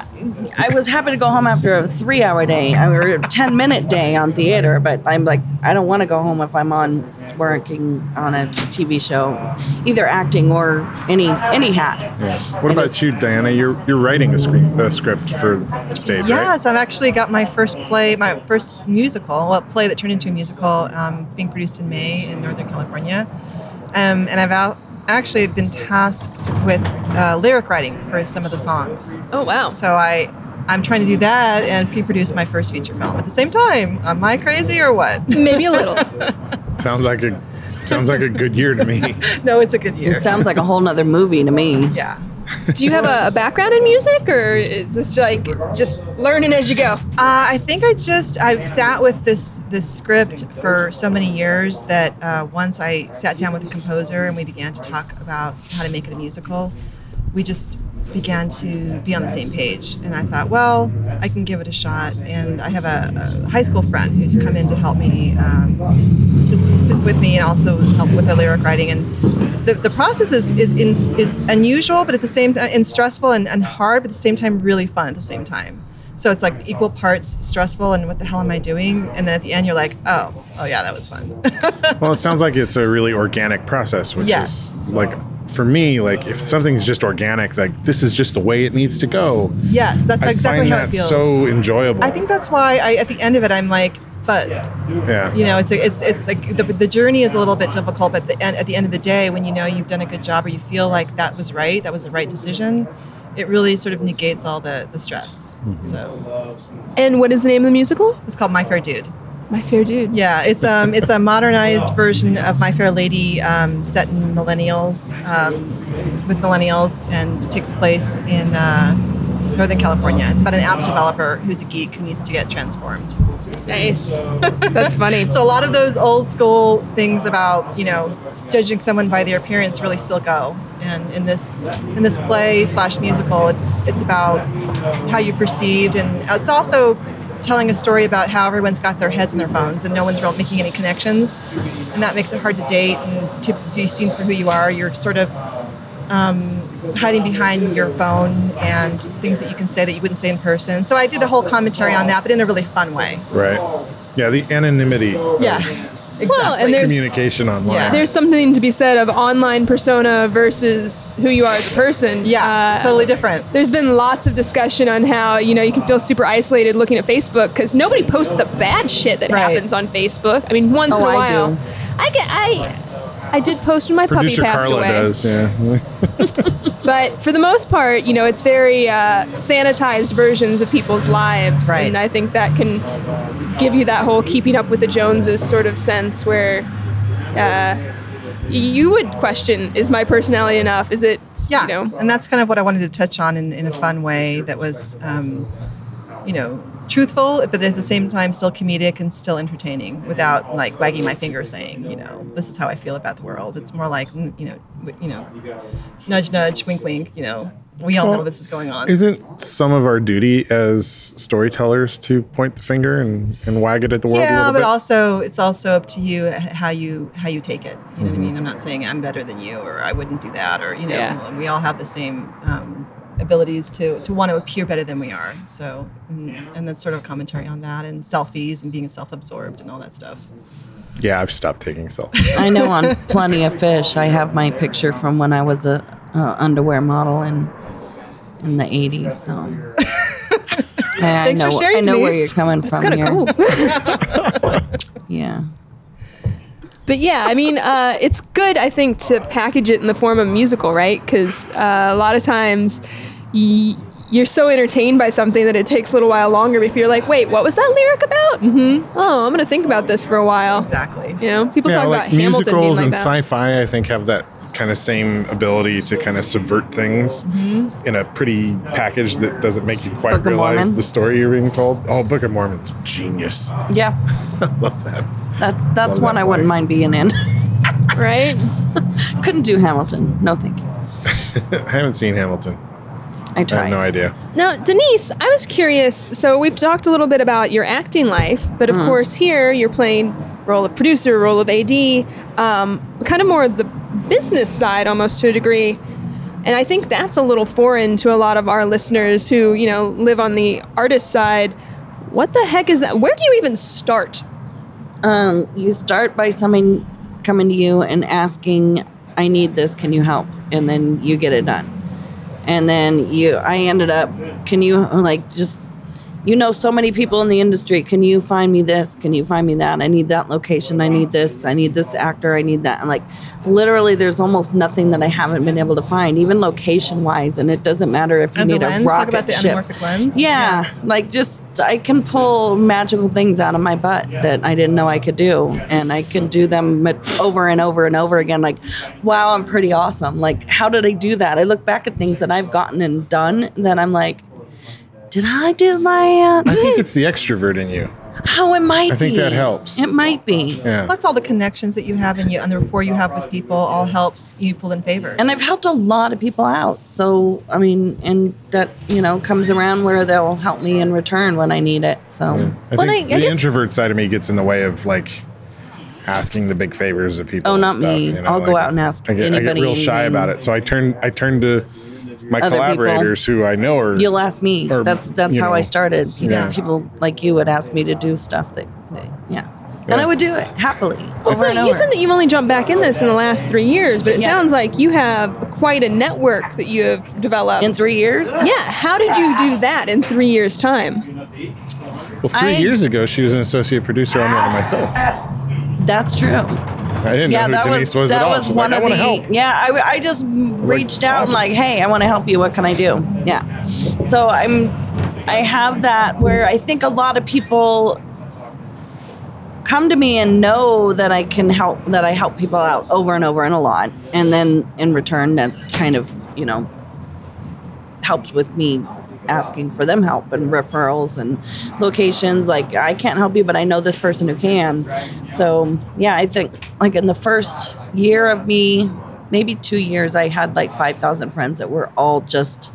I was happy to go home after a three hour day or a 10 minute day on theater, but I'm like, I don't want to go home if I'm on working on a TV show, either acting or any any hat.
What about you, Diana? You're you're writing the screen the script for stage, right?
Yes, I've actually got my first play, my first musical, well, play that turned into a musical. Um, it's being produced in May in Northern California. Um, and I've out, actually been tasked with uh, lyric writing for some of the songs.
Oh, wow.
So I, I'm trying to do that and pre-produce my first feature film at the same time. Am I crazy or what?
Maybe a little.
Sounds like a sounds like a good year to me.
no, it's a good year.
It sounds like a whole nother movie to me.
yeah.
Do you have a, a background in music, or is this like just learning as you go?
Uh, I think I just I've sat with this this script for so many years that uh, once I sat down with the composer and we began to talk about how to make it a musical, we just began to be on the same page. And I thought, well, I can give it a shot. And I have a, a high school friend who's come in to help me um, sit, sit with me and also help with the lyric writing. And the, the process is is in, is unusual, but at the same time, and stressful and, and hard, but at the same time, really fun at the same time. So it's like equal parts stressful and what the hell am I doing? And then at the end, you're like, oh, oh yeah, that was fun.
Well, it sounds like it's a really organic process, which
Yes.
is like for me, like if something's just organic, like this is just the way it needs to go.
yes, that's
I
exactly
find
how
that
it feels.
so enjoyable.
I think that's why I, at the end of it, I'm like buzzed.
yeah.
You know, it's a, it's it's like the, the journey is a little bit difficult, but the end, at the end of the day, when you know you've done a good job or you feel like that was right, that was the right decision, it really sort of negates all the the stress.
Mm-hmm.
So
And what is the name of the musical?
it's called My Fair Dude.
My Fair Dude.
Yeah, it's um, it's a modernized version of My Fair Lady, um, set in millennials, um, with millennials, and takes place in uh, Northern California. It's about an app developer who's a geek who needs to get transformed.
Nice. That's funny.
So a lot of those old school things about you know judging someone by their appearance really still go. And in this in this play slash musical, it's it's about how you perceived, and it's also telling a story about how everyone's got their heads in their phones and no one's real making any connections, and that makes it hard to date and to be seen for who you are. You're sort of hiding behind your phone and things that you can say that you wouldn't say in person. So I did a whole commentary on that, but in a really fun way.
Right. Yeah, the anonymity of
Yeah. Exactly.
Well, and there's
communication online.
Yeah.
There's something to be said of online persona versus who you are as a person.
Yeah,
Uh,
totally different.
There's been lots of discussion on how you know you can feel super isolated looking at Facebook because nobody posts the bad shit that
Right.
happens on Facebook. I mean, once
Oh,
in a
I
while,
do.
I get I I did post when my
Producer
puppy passed
Carla
away,
does, yeah.
but for the most part, you know, it's very uh, sanitized versions of people's lives,
Right.
and I think that can give you that whole keeping up with the Joneses sort of sense where. Uh, you would question is my personality enough is it
Yeah,
you know
and that's kind of what I wanted to touch on in, in a fun way that was, um, you know, truthful, but at the same time still comedic and still entertaining without like wagging my finger saying, you know, this is how I feel about the world. It's more like, mm, you know, w- you know, nudge, nudge, wink, wink. You know, we all know
Well,
this is going on.
Isn't some of our duty as storytellers to point the finger and, and wag it at the world a
yeah,
little
but
bit?
also it's also up to you h- how you how you take it. You know
Mm-hmm.
what I mean? I'm not saying I'm better than you or I wouldn't do that or you know
Yeah.
we all have the same um, abilities to to want to appear better than we are. So and, and that's sort of a commentary on that and selfies and being self-absorbed and all that stuff.
Yeah, I've stopped taking selfies.
I know on Plenty of Fish, I have my picture from when I was a uh, underwear model in in the '80s. So I, I
Thanks
know
for sharing,
I know where you're
Denise.
coming
That's
from.
kinda
here.
cool.
yeah.
But yeah, I mean, uh, it's good, I think, to package it in the form of musical, right? Because uh, a lot of times y- you're so entertained by something that it takes a little while longer before you're like, wait, what was that lyric about? Mm-hmm. Oh, I'm going to think about this for a while.
Exactly.
You know, people talk
like
about Hamilton being
musicals
like
and
that.
sci-fi. I think have that kind of same ability to kind of subvert things in a pretty package that doesn't make you quite
Mm-hmm. Book of
realize
Mormon.
the story you're being told. Oh, Book of Mormon's genius.
Yeah.
Love that.
That's that's
Love
one
that
I wouldn't
play.
mind being in.
right?
Couldn't do Hamilton. No, thank you.
I haven't seen Hamilton.
I
I
tried.
have no idea.
Now, Denise, I was curious. So we've talked a little bit about your acting life, but
Mm.
of course, here you're playing role of producer, role of AD, um, kind of more the business side, almost to a degree. And I think that's a little foreign to a lot of our listeners who, you know, live on the artist side. What the heck is that? Where do you even start?
Um, you start by someone coming to you and asking, "I need this. Can you help?" And then you get it done. And then you, I ended up, can you like just, you know, so many people in the industry. Can you find me this? Can you find me that? I need that location. I need this. I need this actor. I need that. And like, literally, there's almost nothing that I haven't been able to find, even location wise. And it doesn't matter if you
And the
need
lens.
a rocket
Talk about the
ship.
anamorphic lens.
Yeah, like just I can pull magical things out of my butt that I didn't know I could do, and I can do them at- over and over and over again. Like, wow, I'm pretty awesome. Like, how did I do that? I look back at things that I've gotten and done that I'm like, did I do that?
I think it's the extrovert in you.
How it might.
I think
be.
that helps.
It might be.
Yeah.
Plus all the connections that you have and you and the rapport you have with people all helps you pull in favors.
And I've helped a lot of people out. So, I mean, and that, you know, comes around where they'll help me in return when I need it. So,
I
Well,
think
I- I
the
guess-
introvert side of me gets in the way of like asking the big favors of people.
Oh,
and
not
stuff,
me.
you know,
I'll go
like,
out and ask
I get, I get
anybody
real shy
anything.
about it, so I turn I turn to my
Other people.
collaborators who I know are.
You'll ask me.
Or,
that's that's
you
how I
know,
started. You
yeah.
know, people like you would ask me to do stuff that, that- yeah. and I would do it happily.
Well,
over
so
and
you
over.
said that you've only jumped back in this in the last three years, but it
Yes.
sounds like you have quite a network that you have developed.
in three years.
yeah, how did you do that in three years' time?
Well, three
I-
years ago, she was an associate producer on one of my films.
that's true.
I didn't
Yeah,
know
that
who
was
Denise was, at
that
all.
was
She's
one
like, I
of
want
the
to help.
yeah. I, I just reached out
awesome.
and like, hey, I want to help you. What can I do? Yeah. So I'm, I have that where I think a lot of people come to me and know that I can help that I help people out over and over and a lot, and then in return, that's kind of you know helped with me asking for them help and referrals and locations like I can't help you but I know this person who can. So, yeah, I think like in the first year of me, maybe 2 years I had like 5,000 friends that were all just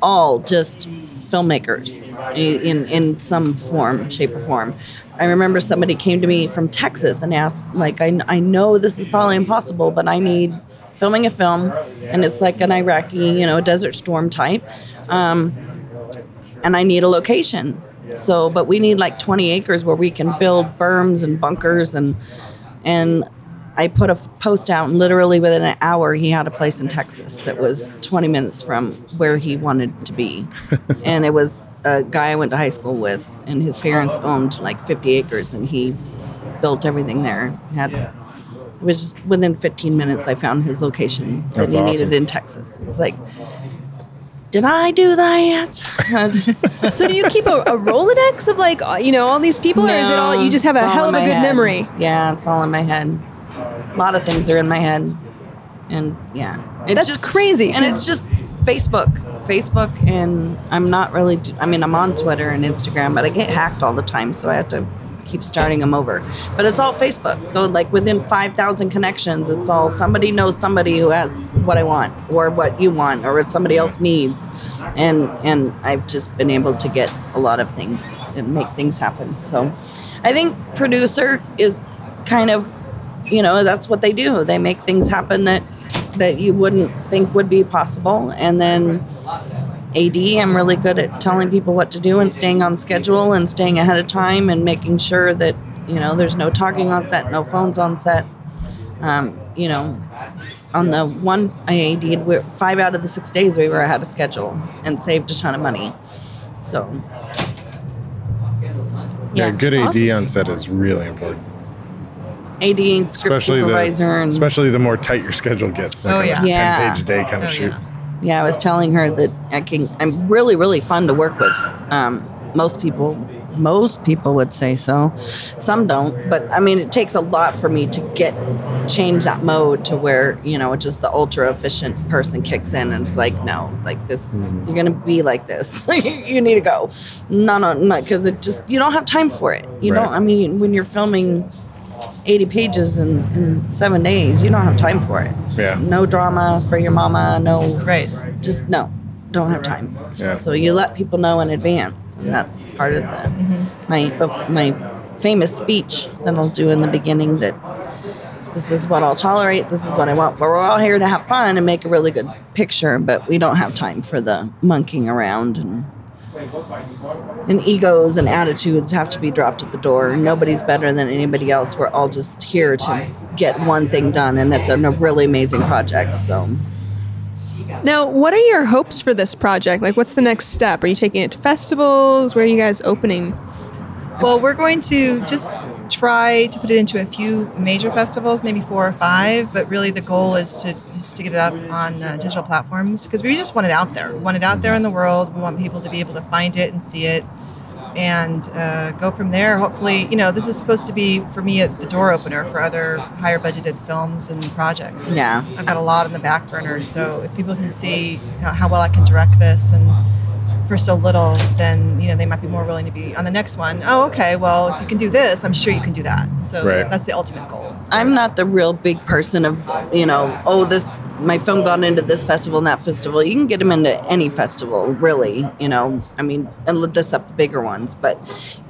all just filmmakers i- in in some form, shape or form. I remember somebody came to me from Texas and asked like I I know this is probably impossible, but I need filming a film and it's like an Iraqi, you know, desert storm type um, and I need a location. So, but we need like 20 acres where we can build berms and bunkers and and I put a f- post out and literally within an hour he had a place in Texas that was 20 minutes from where he wanted to be. and it was a guy I went to high school with and his parents owned like 50 acres and he built everything there. Had it was just within 15 minutes I found his location that
That's
he
awesome.
needed in Texas. It was like did I do that yet? I just-
So do you keep a, a Rolodex of like uh, you know all these people, or is it all
No,
you just have a
it's all
hell
in
of a
my
good
head.
memory?
Yeah, it's all in my head. A lot of things are in my head, and yeah, it's
That's crazy,
And
'cause-
it's just Facebook, Facebook, and I'm not really. d- I mean, I'm on Twitter and Instagram, but I get hacked all the time, so I have to keep starting them over. But it's all Facebook, so like within five thousand connections, it's all somebody knows somebody who has what I want or what you want or what somebody else needs, and and I've just been able to get a lot of things and make things happen. So, I think producer is kind of you know that's what they do they make things happen that that you wouldn't think would be possible and then ad i'm really good at telling people what to do and staying on schedule and staying ahead of time and making sure that You know, there's no talking on set, no phones on set. Um, you know, on the one I did, we- five out of the six days we were ahead of schedule and saved a ton of money. So,
Yeah, good AD
Awesome.
on set is really important,
AD and script
especially
supervisor
the
and
especially the more tight your schedule gets. Like
Oh,
on
yeah.
a
Yeah.
ten page a day kind
Oh,
of shoot.
yeah, I was telling her that I can. I'm really, really fun to work with. Um, most people, most people would say so. Some don't, but I mean, it takes a lot for me to get change that mode to where you know just the ultra efficient person kicks in and it's like, no, like this,
Hmm.
you're gonna be like this. you you need to go. No, no, no, because it just you don't have time for it. You
Right.
don't. I mean, when you're filming. 80 pages in, in seven days, you don't have time for it.
Yeah.
No drama for your mama, no. Right. Just no, don't have time.
Yeah.
So you let people know in advance, and that's part of the my of my famous speech that I'll do in the beginning that this is what I'll tolerate, this is what I want, but we're all here to have fun and make a really good picture, but we don't have time for the monkeying around and and egos and attitudes have to be dropped at the door. Nobody's better than anybody else. We're all just here to get one thing done, and that's a really amazing project. So,
Now, what are your hopes for this project? Like, what's the next step? Are you taking it to festivals? Where are you guys opening?
Well, we're going to just try to put it into a few major festivals, maybe four or five. But really, the goal is to is to get it up on uh, digital platforms because we just want it out there. We want it out there in the world. We want people to be able to find it and see it, and uh, go from there. Hopefully, you know, this is supposed to be for me at the door opener for other higher budgeted films and projects.
Yeah.
I've got a lot on the back burner, so if people can see you know, how well I can direct this and for so little, then you know they might be more willing to be on the next one. Oh, okay. Well, if you can do this, I'm sure you can do that. So
Right.
that's the ultimate goal.
I'm not the real big person of, you know, oh, this, my film got into this festival and that festival. You can get them into any festival, really, you know. I mean, and look this up, the bigger ones, but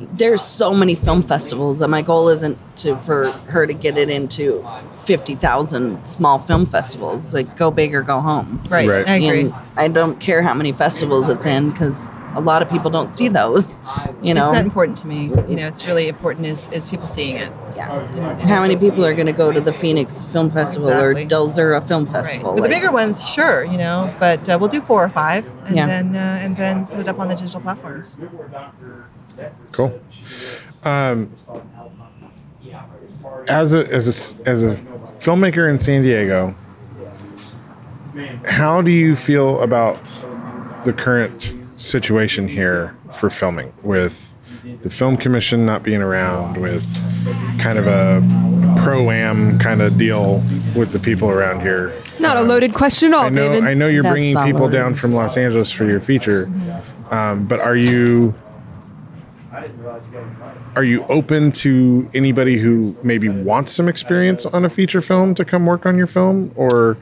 there's so many film festivals that my goal isn't to for her to get it into 50,000 small film festivals. Like, go big or go home.
Right, Right. I agree.
And I don't care how many festivals it's in because a lot of people don't see those, you know.
it's not important to me. You know, it's really important is is people seeing it.
Yeah. How many people are going to go to the Phoenix Film Festival or Del Zura Film Festival?
But the
Like,
bigger ones, sure. You know, but uh, we'll do four or five, and
Yeah.
then uh, and then put it up on the digital platforms.
Cool. Um, as a as a s- as a filmmaker in San Diego, how do you feel about the current situation here for filming with the film commission not being around with kind of a pro am kind of deal with the people around here?
Not a loaded question at all,
I know
David.
I know you're bringing people down from Los Angeles for your feature, um, but are you are you open to anybody who maybe wants some experience on a feature film to come work on your film or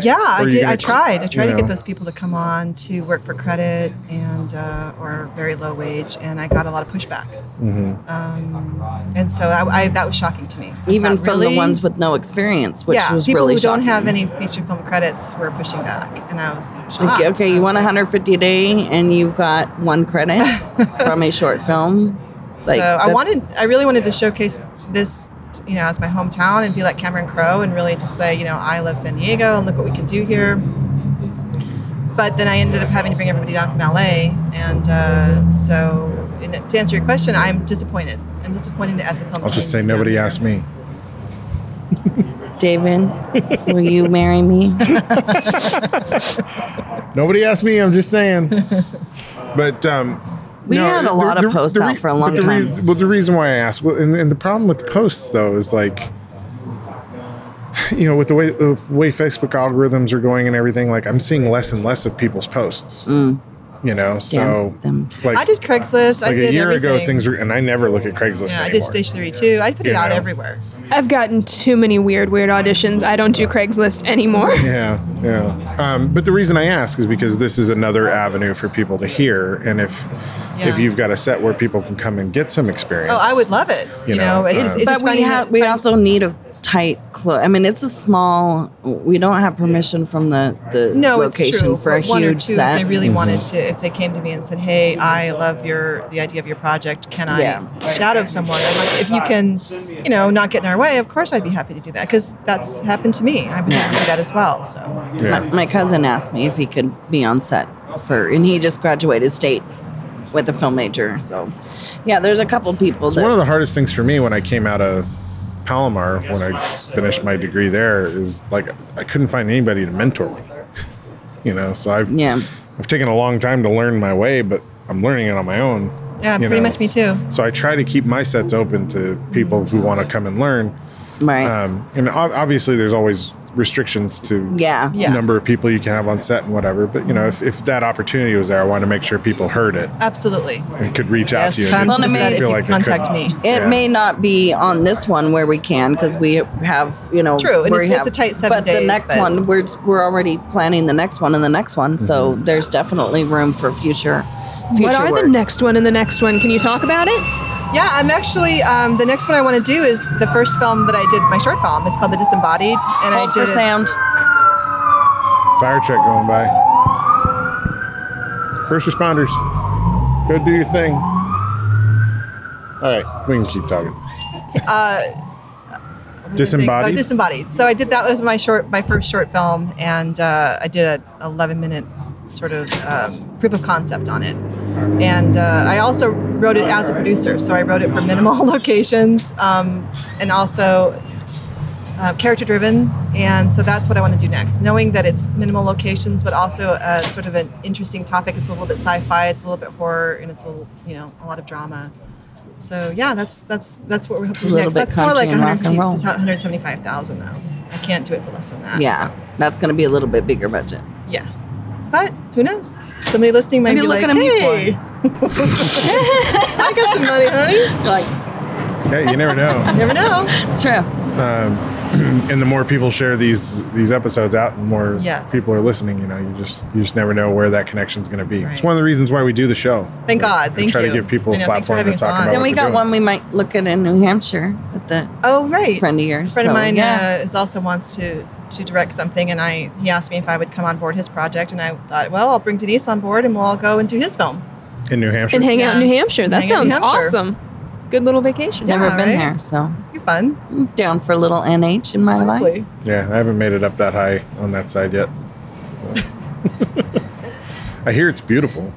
Yeah, I
Or you
did.
gonna
I tried. I tried
you
to get
know.
those people to come on to work for credit and uh, or very low wage, and I got a lot of pushback.
Mhm.
Um, and so I, I, that was shocking to me.
even
That
from
really-
the ones with no experience, which
yeah,
was
people
really
who
shocking.
don't have any feature film credits were pushing back, and I was shocked.
Like, okay, you want 150 a day and you've got one credit from a short film. Like,
so I
that's-
wanted, I really wanted to showcase this, you know, as my hometown and be like Cameron Crowe and really just say, you know, I love San Diego and look what we can do here. But then I ended up having to bring everybody down from LA, and uh, so in, to answer your question, I'm disappointed. I'm disappointed at the film.
I'll just say nobody asked me.
David, will you marry me?
Nobody asked me, I'm just saying. But um
We had a lot of posts out for a long
but the
time.
reas- well, the reason why I asked, well, and, and the problem with the posts though is like, you know, with the way the way Facebook algorithms are going and everything, like I'm seeing less and less of people's posts.
Mm.
You know, so like
I did Craigslist. I
like
did
a year
everything.
ago, things were, and I never look at Craigslist
Yeah, I did
anymore.
Stage 32. I put it
You
out
know.
everywhere.
I've gotten too many weird, weird auditions. I don't do Craigslist anymore.
Yeah, yeah. Um, but the reason I ask is because this is another avenue for people to hear, and if
Yeah.
if you've got a set where people can come and get some experience,
Oh, I would love it.
You
You,
know,
know, it's,
uh,
it's
but
just
we
funny
have
that
we also need a tight close. I mean, it's a small. We don't have permission from the the
no, Oh, it's
location
true.
for a
one
huge
or two,
set. Mm-hmm.
If they really wanted to, if they came to me and said, "Hey, I love your the idea of your project. Can I
Yeah.
shadow someone? I'm like, if you can, you know, not get in our way, of course I'd be happy to do that because that's happened to me. I would happy to do that as well. So
Yeah.
My, my cousin asked me if he could be on set for, and he just graduated state with a film major. So, yeah, there's a couple people
It's one of
that
the hardest things for me when I came out of Palomar when I finished my degree there is like I couldn't find anybody to mentor me. you know, so I've
Yeah.
I've taken a long time to learn my way, but I'm learning it on my own.
yeah,
you
pretty
know.
much me too.
So I try to keep my sets open to people who want to come and learn.
right.
Um, and ob- obviously, there's always restrictions to
yeah.
Yeah.
number of people you can have on set and whatever. But you know, if, if that opportunity was there, I want to make sure people heard it
Absolutely.
and could reach out
Yes,
to you.
come
and
Well,
to
it
the
made-
set if
feel
you
like they could-
contact me.
It
Yeah.
may not be on this one where we can because we have you know
True, and
where
it's-
we
it's a tight seven
But the
days,
next
but-
one we're we're already planning the next one and the next one, so
Mm-hmm.
there's definitely room for future. future
What are
work.
the next one and the next one? Can you talk about it?
Yeah, I'm actually um, the next one I want to do is the first film that I did my short film. It's called The Disembodied, and
Hold
I did
for
it-
sound.
Fire truck going by. First responders, go do your thing. All right, we can keep talking.
Uh, Oh,
Disembodied.
disembodied. So I did that was my short, my first short film, and uh, I did a 11 minute sort of um, proof of concept on it. And uh, I also wrote it as a producer, so I wrote it for minimal locations, um, and also uh, character driven. And so that's what I want to do next, knowing that it's minimal locations, but also uh, sort of an interesting topic. It's a little bit sci-fi, it's a little bit horror, and it's a l- you know a lot of drama. So yeah, that's that's that's what we're hoping
a little
next.
bit
That's more
country
like
and rock and
150
roll.
it's 175,000 though. I can't do it for less than that.
Yeah,
so,
that's going to be a little bit bigger budget.
yeah. But who knows? Somebody listening might
What are
be
you looking
like,
at me for?
"Hey, I got some money, honey."
Like
Hey, you never know.
Never know.
true.
and the more people share these these episodes out, and more
Yes.
people are listening. You know, you just you just never know where that connection's going to be. It's
Right.
one of the reasons why we do the show.
Thank God.
We
Thank
try
you.
to give people
I
a
know, thanks for
platform to
having us
talk
on.
about.
Then
what
we
they're
got
doing.
one we might look at in New Hampshire at the
Oh right,
friend of yours.
friend
so,
of mine
yeah.
uh, is also wants to to direct something, and I he asked me if I would come on board his project, and I thought, well, I'll bring Denise on board, and we'll all go and do his film.
in New Hampshire.
And hang out in
Yeah.
New Hampshire. That
Hang out in
sounds
New Hampshire.
awesome. Good little vacation.
Never
yeah,
been
right?
there, so
It'd be fun.
I'm down for a little NH in my life.
Hopefully.
yeah, I haven't made it up that high on that side yet. I hear it's beautiful.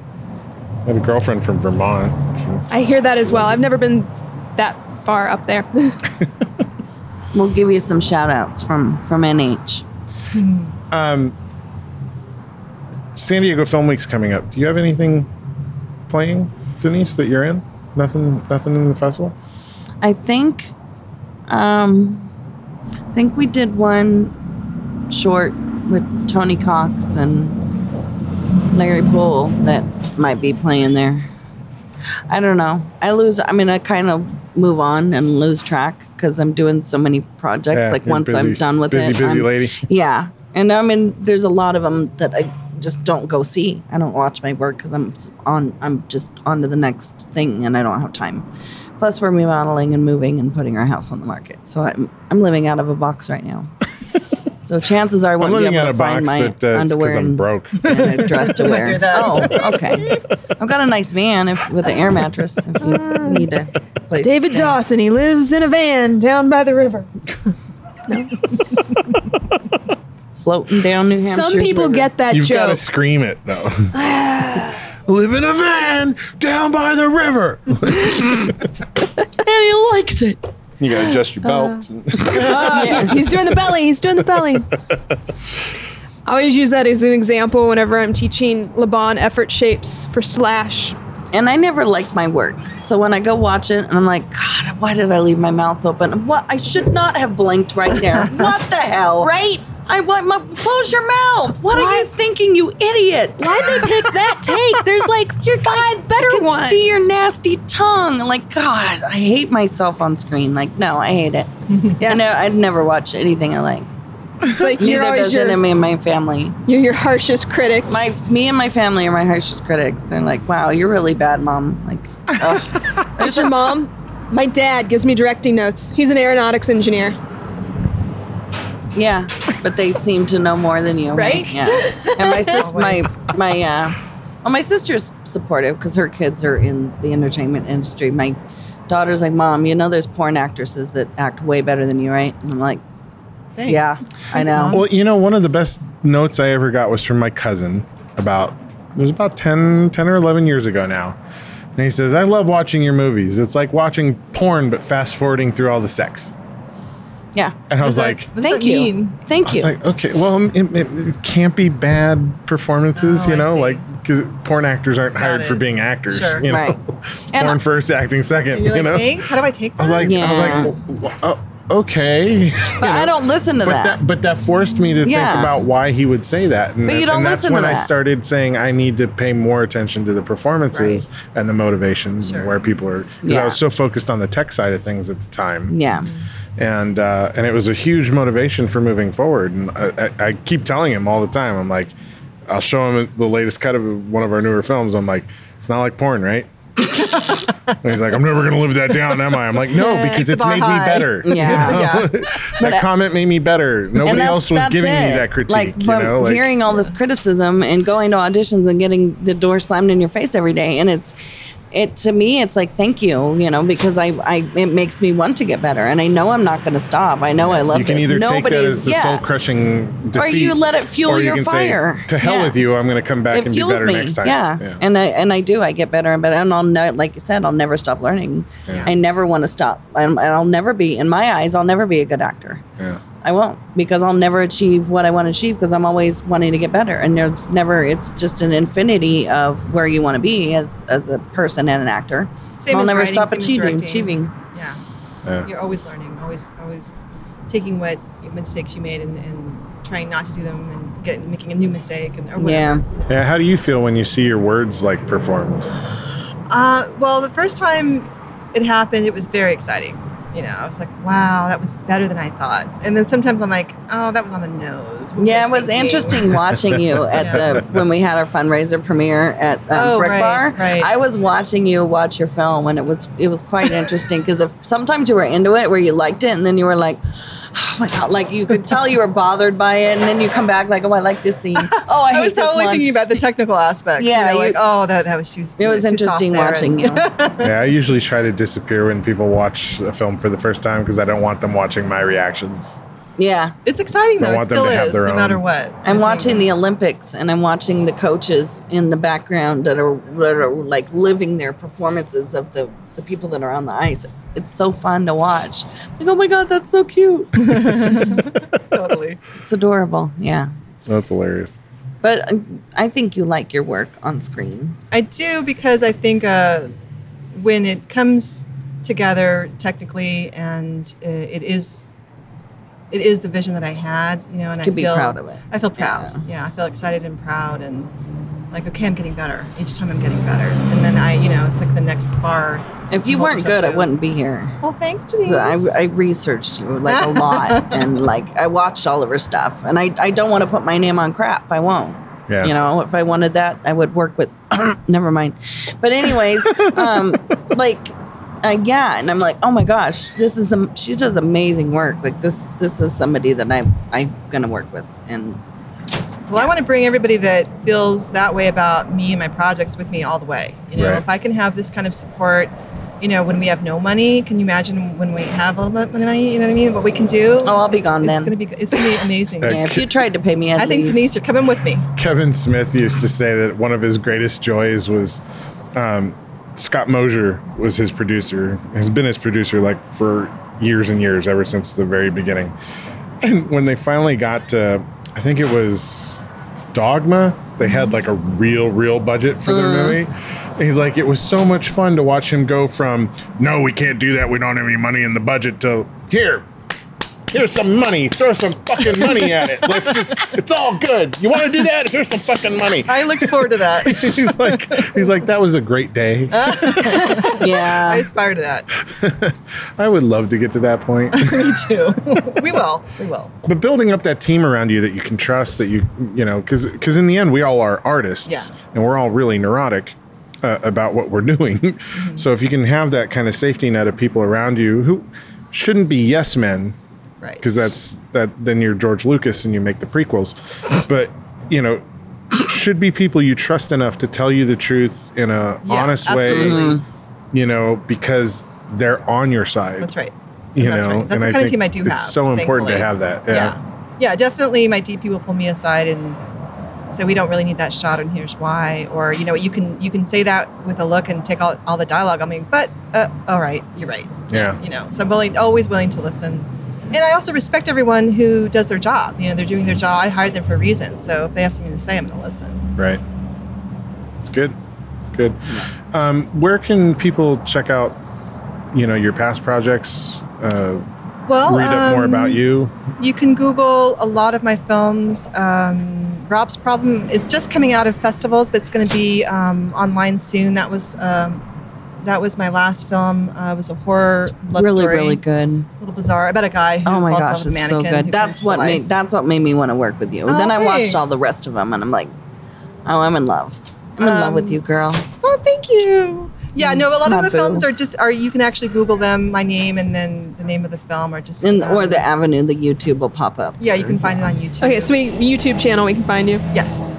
I have a girlfriend from Vermont. She-
I hear that as well. I've never been that far up there.
We'll give you some shout outs from from NH.
San Diego Film Week's coming up. Do you have anything playing, Denise, that you're in? Nothing, nothing in the festival.
I think, um, I think we did one short with Tony Cox and Larry Poole that might be playing there. I don't know. I lose. I mean, I kind of move on and lose track because I'm doing so many projects.
Yeah,
like
you're
once I'm
busy-
done with
busy,
it,
busy
I'm-
lady.
Yeah, and I mean, there's a lot of them that I just don't go see. I don't watch my work because I'm s- on. I'm just on to the next thing, and I don't have time. Plus, we're remodeling and moving and putting our house on the market. So I'm I'm living out of a box right now. so chances are I
I'm
won't
living
be
out
able
of
to find
box,
my
but uh, it's
underwear
because I'm
and,
broke.
and a dress to wear.
hear that.
Oh, okay. I've got a nice van if, with an air mattress. If you need a place. to
David
stay.
Dawson, he lives in a van down by the river.
floating down New Hampshire.
Some people get that
You've got
joke.
to scream it though. Live in a van down by the river.
and he likes it.
You got to adjust your belt.
He's doing the belly. He's doing the belly. I always use that as an example whenever I'm teaching Laban effort shapes for slash.
and I never liked my work. So when I go watch it and I'm like, God, why did I leave my mouth open? What I should not have blinked right there. what the hell?
Right?
I want my close your mouth. What are
Why-
you thinking, you idiot?
Why'd they pick that take? There's like your five better
I can
ones.
see your nasty tongue. Like, God, I hate myself on screen. Like, no, I hate it. I know I'd never watch anything I like.
It's like you're
Neither
always
does
your,
any of my family.
you're your harshest critic.
My me and my family are my harshest critics. They're like, wow, you're really bad, mom. Like,
Is your mom? My dad gives me directing notes. He's an aeronautics engineer.
Yeah, but they seem to know more than you,
Right?
Yeah. And my sis, my my uh, well, my sister's supportive because her kids are in the entertainment industry. My daughter's like, Mom, you know, there's porn actresses that act way better than you, right? And I'm like,
Thanks.
Yeah, I know.
Well, you know, one of the best notes I ever got was from my cousin about, it was about 10, 10 or 11 years ago now. And he says, I love watching your movies. It's like watching porn, but fast forwarding through all the sex.
Yeah.
And I was like,
What does
Thank
that
you.
mean?
Thank
I was
you.
like, okay, well, um, it, it, it can't be bad performances,
Oh,
you
I
know,
see.
like because porn actors aren't hired
it.
for being actors,
Sure.
you know,
Right.
porn
And I-
first, acting second,
And
you
you're like,
know. I
thanks. How do I take that?
was like, I was
Yeah.
like, w- w- oh, okay,
but I don't listen to
but
that.
that but that forced me to
Yeah.
think about why he would say that, and,
But you don't
and that's
listen to
when I
that.
started saying I need to pay more attention to the performances and the motivations and where people are because I
Yeah.
was so focused on the tech side of things at the time
yeah.
and uh, and it was a huge motivation for moving forward. And I, I, I keep telling him all the time, I'm like, I'll show him the latest cut of one of our newer films. I'm like, it's not like porn, right? and he's like, I'm never gonna live that down, am I? I'm like, no, because
the
it's
bar
made me
high."
better.
Yeah.
Yeah.
that comment made me better. Nobody
that's-
else was
that's
giving me
it.
that critique.
Like,
you
from
know, like
hearing all this criticism and going to auditions and getting the door slammed in your face every day, and it's it to me, it's like thank you, you know, because I, I it makes me want to get better, and I know I'm not going to stop. I know I love
you can
this.
either take that
Nobody's-
as a
yeah.
soul crushing defeat,
you let it fuel
or you
your
can
fire.
Say, to hell
Yeah.
with you, I'm gonna come back
It
and be
fuels
better
me,
next time.
yeah. And I and I do. I get better and better, and I'll know, like you said, I'll never stop learning. I never want to stop, and, and I'll never be. In my eyes, I'll never be a good actor.
yeah.
I won't because I'll never achieve what I want to achieve because I'm always wanting to get better. And there's never, it's just an infinity of where you want to be as, as a person and an actor.
Same
I'll
as
never
writing,
stop
same as
achieving,
directing.
achieving.
Yeah.
Yeah.
You're always learning, always, always taking what mistakes you made and, and trying not to do them and get, making a new mistake and or whatever.
Yeah.
Yeah, how do you feel when you see your words like performed?
Uh, well, the first time it happened, it was very exciting. You know, I was like, wow, that was better than I thought. And then sometimes I'm like, oh, that was on the nose. What
Yeah,
I
it was
thinking?
interesting watching you at the when we had our fundraiser premiere at um,
Oh,
Brick
right,
Bar.
right.
I was watching you watch your film, and it was it was quite interesting because sometimes you were into it where you liked it, and then you were like, "Oh my god!" Like you could tell you were bothered by it, and then you come back like, "Oh, I like this scene. Oh, I hate
I was
this
probably
one."
thinking about the technical aspects.
Yeah,
you know,
you-
like, oh, that, that was, she was
it was
too soft
interesting
there.
watching you.
yeah, I usually try to disappear when people watch a film for the first time because I don't want them watching my reactions.
Yeah.
It's exciting
So I
though. It
want them
still
to have
is,
their
no
own-
matter what.
I'm watching the Olympics and I'm watching the coaches in the background that are, that are like living their performances of the, the people that are on the ice. It's so fun to watch. Like, oh my God, that's so cute.
totally.
it's adorable. Yeah.
That's hilarious.
But uh, I think you like your work on screen.
I do because I think uh, when it comes together technically, and uh, it is, it is the vision that I had, you know, and
Can
I
be
feel
proud of it.
I feel proud. Yeah. I feel excited and proud, and like, okay, I'm getting better each time. I'm getting better, and then I, you know, it's like the next bar.
If you
Hold
weren't
yourself
good, I
to.
wouldn't be here.
Well, thanks.
So I,
Denise.
I researched you like a lot and like I watched all of her stuff and I, I don't want to put my name on crap. I won't.
Yeah.
You know, if I wanted that, I would work with, never mind. But anyways, um, like, uh, yeah. And I'm like, oh my gosh, this is, um, she does amazing work. Like this, this is somebody that I, I'm going to work with. And
Well, I want to bring everybody that feels that way about me and my projects with me all the way. You know,
Right.
if I can have this kind of support, you know, when we have no money, can you imagine when we have a little bit of money? You know what I mean? What we can do?
Oh, I'll be
It's-
gone
it's
then.
Gonna be, it's gonna be amazing.
yeah, if you tried to pay me, I'd
I think
leave.
Denise, you're coming with me.
Kevin Smith used to say that one of his greatest joys was um, Scott Mosier was his producer, has been his producer like for years and years, ever since the very beginning. And when they finally got to, I think it was Dogma, they had like a real, real budget for their movie. And he's like, it was so much fun to watch him go from, no, we can't do that. We don't have any money in the budget to, here, Here's some money. Throw some fucking money at it. Let's just, it's all good. You want to do that? Here's some fucking money.
I look forward to that.
He's like, he's like, that was a great day.
I
yeah.
aspire to that.
I would love to get to that point.
Me too. we will. We will.
But building up that team around you that you can trust, that you, you know, because because in the end we all are artists,
Yeah.
and we're all really neurotic uh, about what we're doing.
Mm-hmm.
So if you can have that kind of safety net of people around you who shouldn't be yes men,
Right.
Because that's that. Then you're George Lucas and you make the prequels, but you know, should be people you trust enough to tell you the truth in a
Yeah,
honest
absolutely.
way. You know, because they're on your side.
That's right.
You
That's
know,
right. That's the
and I
kind of
think
team I do
it's
have.
so important to
thankfully.
have that, yeah.
yeah. Yeah, definitely. My DP will pull me aside and say, "We don't really need that shot, and here's why." Or you know, you can you can say that with a look and take all, all the dialogue. I mean, but uh, all right, you're right.
Yeah.
You know, so I'm willing, always willing to listen. And I also respect everyone who does their job. You know, they're doing their job. I hired them for a reason. So if they have something to say, I'm going to listen.
Right. It's good. It's good. Um, where can people check out, you know, your past projects? Uh,
Well,
read up more
um,
about you.
You can Google a lot of my films. Um, Rob's Problem is just coming out of festivals, but it's going to be um, online soon. That was um, that was my last film. Uh, it was a horror love
really,
story.
really good.
A little bizarre about a guy. Who
Oh my
falls
gosh,
in love with a
it's so
mannequin who
good. That's
comes
what
to life.
made that's what made me want to work with you.
Oh,
then I watched all
thanks.
the rest of them, and I'm like, oh, I'm in love. I'm in love with you, girl.
Oh, thank you. Yeah, no, a lot
My
of the
boo.
films are just are you can actually Google them, my name, and then the name of the film, or just
And
um,
or the avenue, the YouTube will pop up.
yeah, you can find it on YouTube.
Okay, so we YouTube channel we can find you.
yes.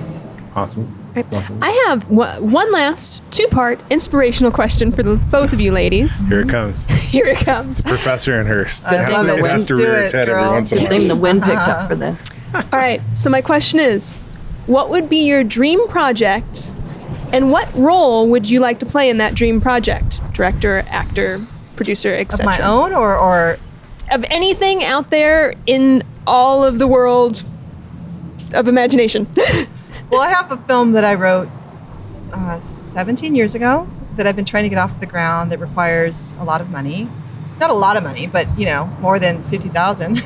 Awesome. Awesome.
I have one one last two-part inspirational question for the both of you ladies.
Here it comes.
Here it comes.
Professor and her. It has to,
thing
it
the
has
wind-
to
do
rear its
it,
head every
girl.
once in a
Good
while.
thing the wind picked up for this.
All right. So my question is, what would be your dream project, and what role would you like to play in that dream project? Director, actor, producer,
Of
etc.
my own or or
Of anything out there in all of the world of imagination.
Well, I have a film that I wrote uh, 17 years ago that I've been trying to get off the ground that requires a lot of money. Not a lot of money, but you know, more than 50,000.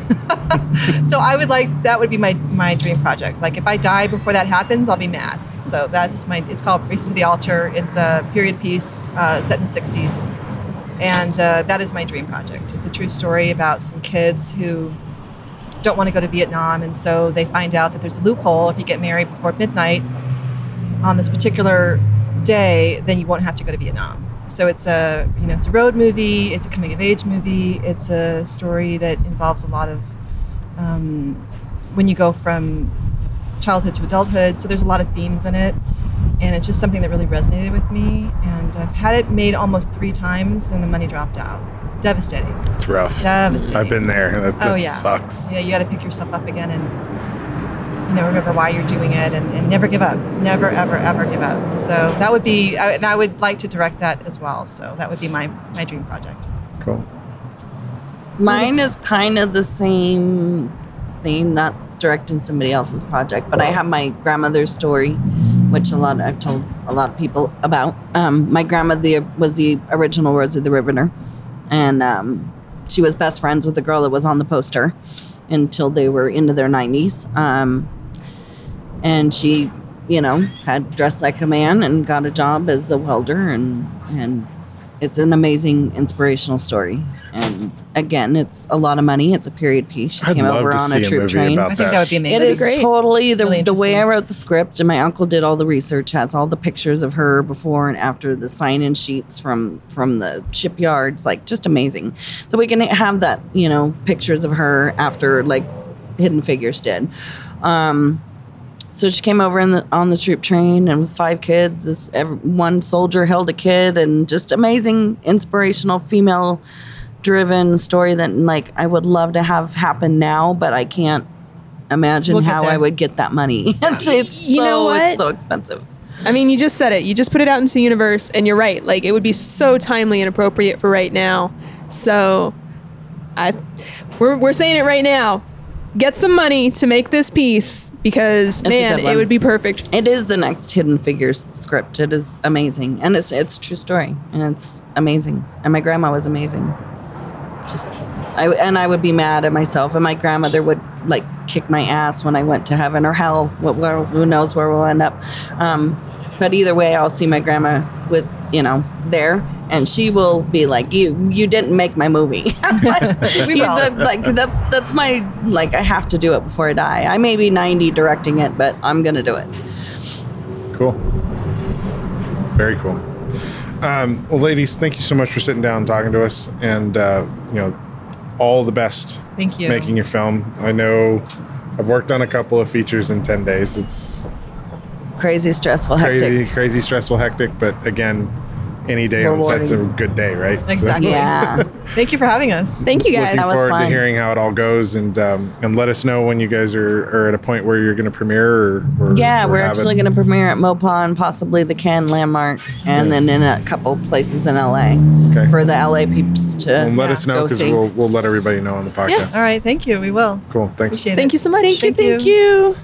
so I would like that would be my my dream project. Like if I die before that happens, I'll be mad. So that's my it's called Race to the Altar. It's a period piece uh, set in the 60s. And uh, that is my dream project. It's a true story about some kids who don't want to go to Vietnam, and so they find out that there's a loophole. If you get married before midnight on this particular day, then you won't have to go to Vietnam. So it's a you know it's a road movie, it's a coming of age movie, it's a story that involves a lot of um, when you go from childhood to adulthood. So there's a lot of themes in it, and it's just something that really resonated with me. And I've had it made almost three times, and the money dropped out. Devastating.
It's rough.
Devastating.
I've been there. That, that
Oh, yeah.
sucks.
Yeah, you got to pick yourself up again and you know remember why you're doing it and, and never give up. Never ever ever give up. So that would be, I- and I would like to direct that as well. So that would be my my dream project.
Cool.
Mine is kind of the same theme, not directing somebody else's project, but I have my grandmother's story, which a lot I've told a lot of people about. Um, my grandmother was the original Rosie the Riveter, and um, she was best friends with the girl that was on the poster until they were into their 90s. Um, and she, you know, had dressed like a man and got a job as a welder, and and it's an amazing inspirational story. And again, it's a lot of money. It's a period piece. She
I'd
came
love
over
to
on
see
a
a
troop
movie
train.
about
I think that would be amazing.
It is totally the,
Really
the way I
interesting.
wrote the script, and my uncle did all the research. Has all the pictures of her before and after the sign-in sheets from from the shipyards, like just amazing. So we can have that, you know, pictures of her after like Hidden Figures did. Um, so she came over in the, on the troop train and with five kids. This every, one soldier held a kid, and just amazing, inspirational female driven story that like I would love to have happen now, but I can't imagine
We'll get
how I
there.
would get that money. it's it's
You
so,
know
it's
what?
so expensive.
I mean, you just said it. You just put it out into the universe, and you're right. Like it would be so timely and appropriate for right now. So, I, we're we're saying it right now. Get some money to make this piece because
a
man,
good one.
it would be perfect.
It is the next Hidden Figures script. It is amazing, and it's it's a true story, and it's amazing. And my grandma was amazing. Just, I and I would be mad at myself, and my grandmother would like kick my ass when I went to heaven or hell. What, where, who knows where we'll end up? Um, but either way, I'll see my grandma with you know there, and she will be like, "You you didn't make my movie."
We
You
will.
did- like that's that's my like I have to do it before I die. I may be ninety directing it, but I'm gonna do it.
Cool. Very cool. Um, well, ladies, thank you so much for sitting down and talking to us, and uh, you know, all the best
Thank you.
making a film. I know I've worked on a couple of features in 10 days. It's
Crazy, stressful, hectic.
crazy, crazy, stressful, hectic, but again, any day on set's a
Rewarding.
good day, right? So,
Exactly.
Yeah.
Thank you for having us.
Thank you guys.
looking
that was
forward to
fun.
hearing how it all goes and um, and let us know when you guys are, are at a point where you're going to premiere or, or
Yeah,
or
we're
have
actually
it.
going to premiere at Mopon, possibly the Cannes Landmark, and then in a couple places in LA
Okay.
for the LA peeps to
And let us know
go
because
see.
we'll, we'll let everybody know on the podcast.
All right. Thank you. We will.
Cool. Thanks.
Appreciate it.
Thank you so much.
Thank you.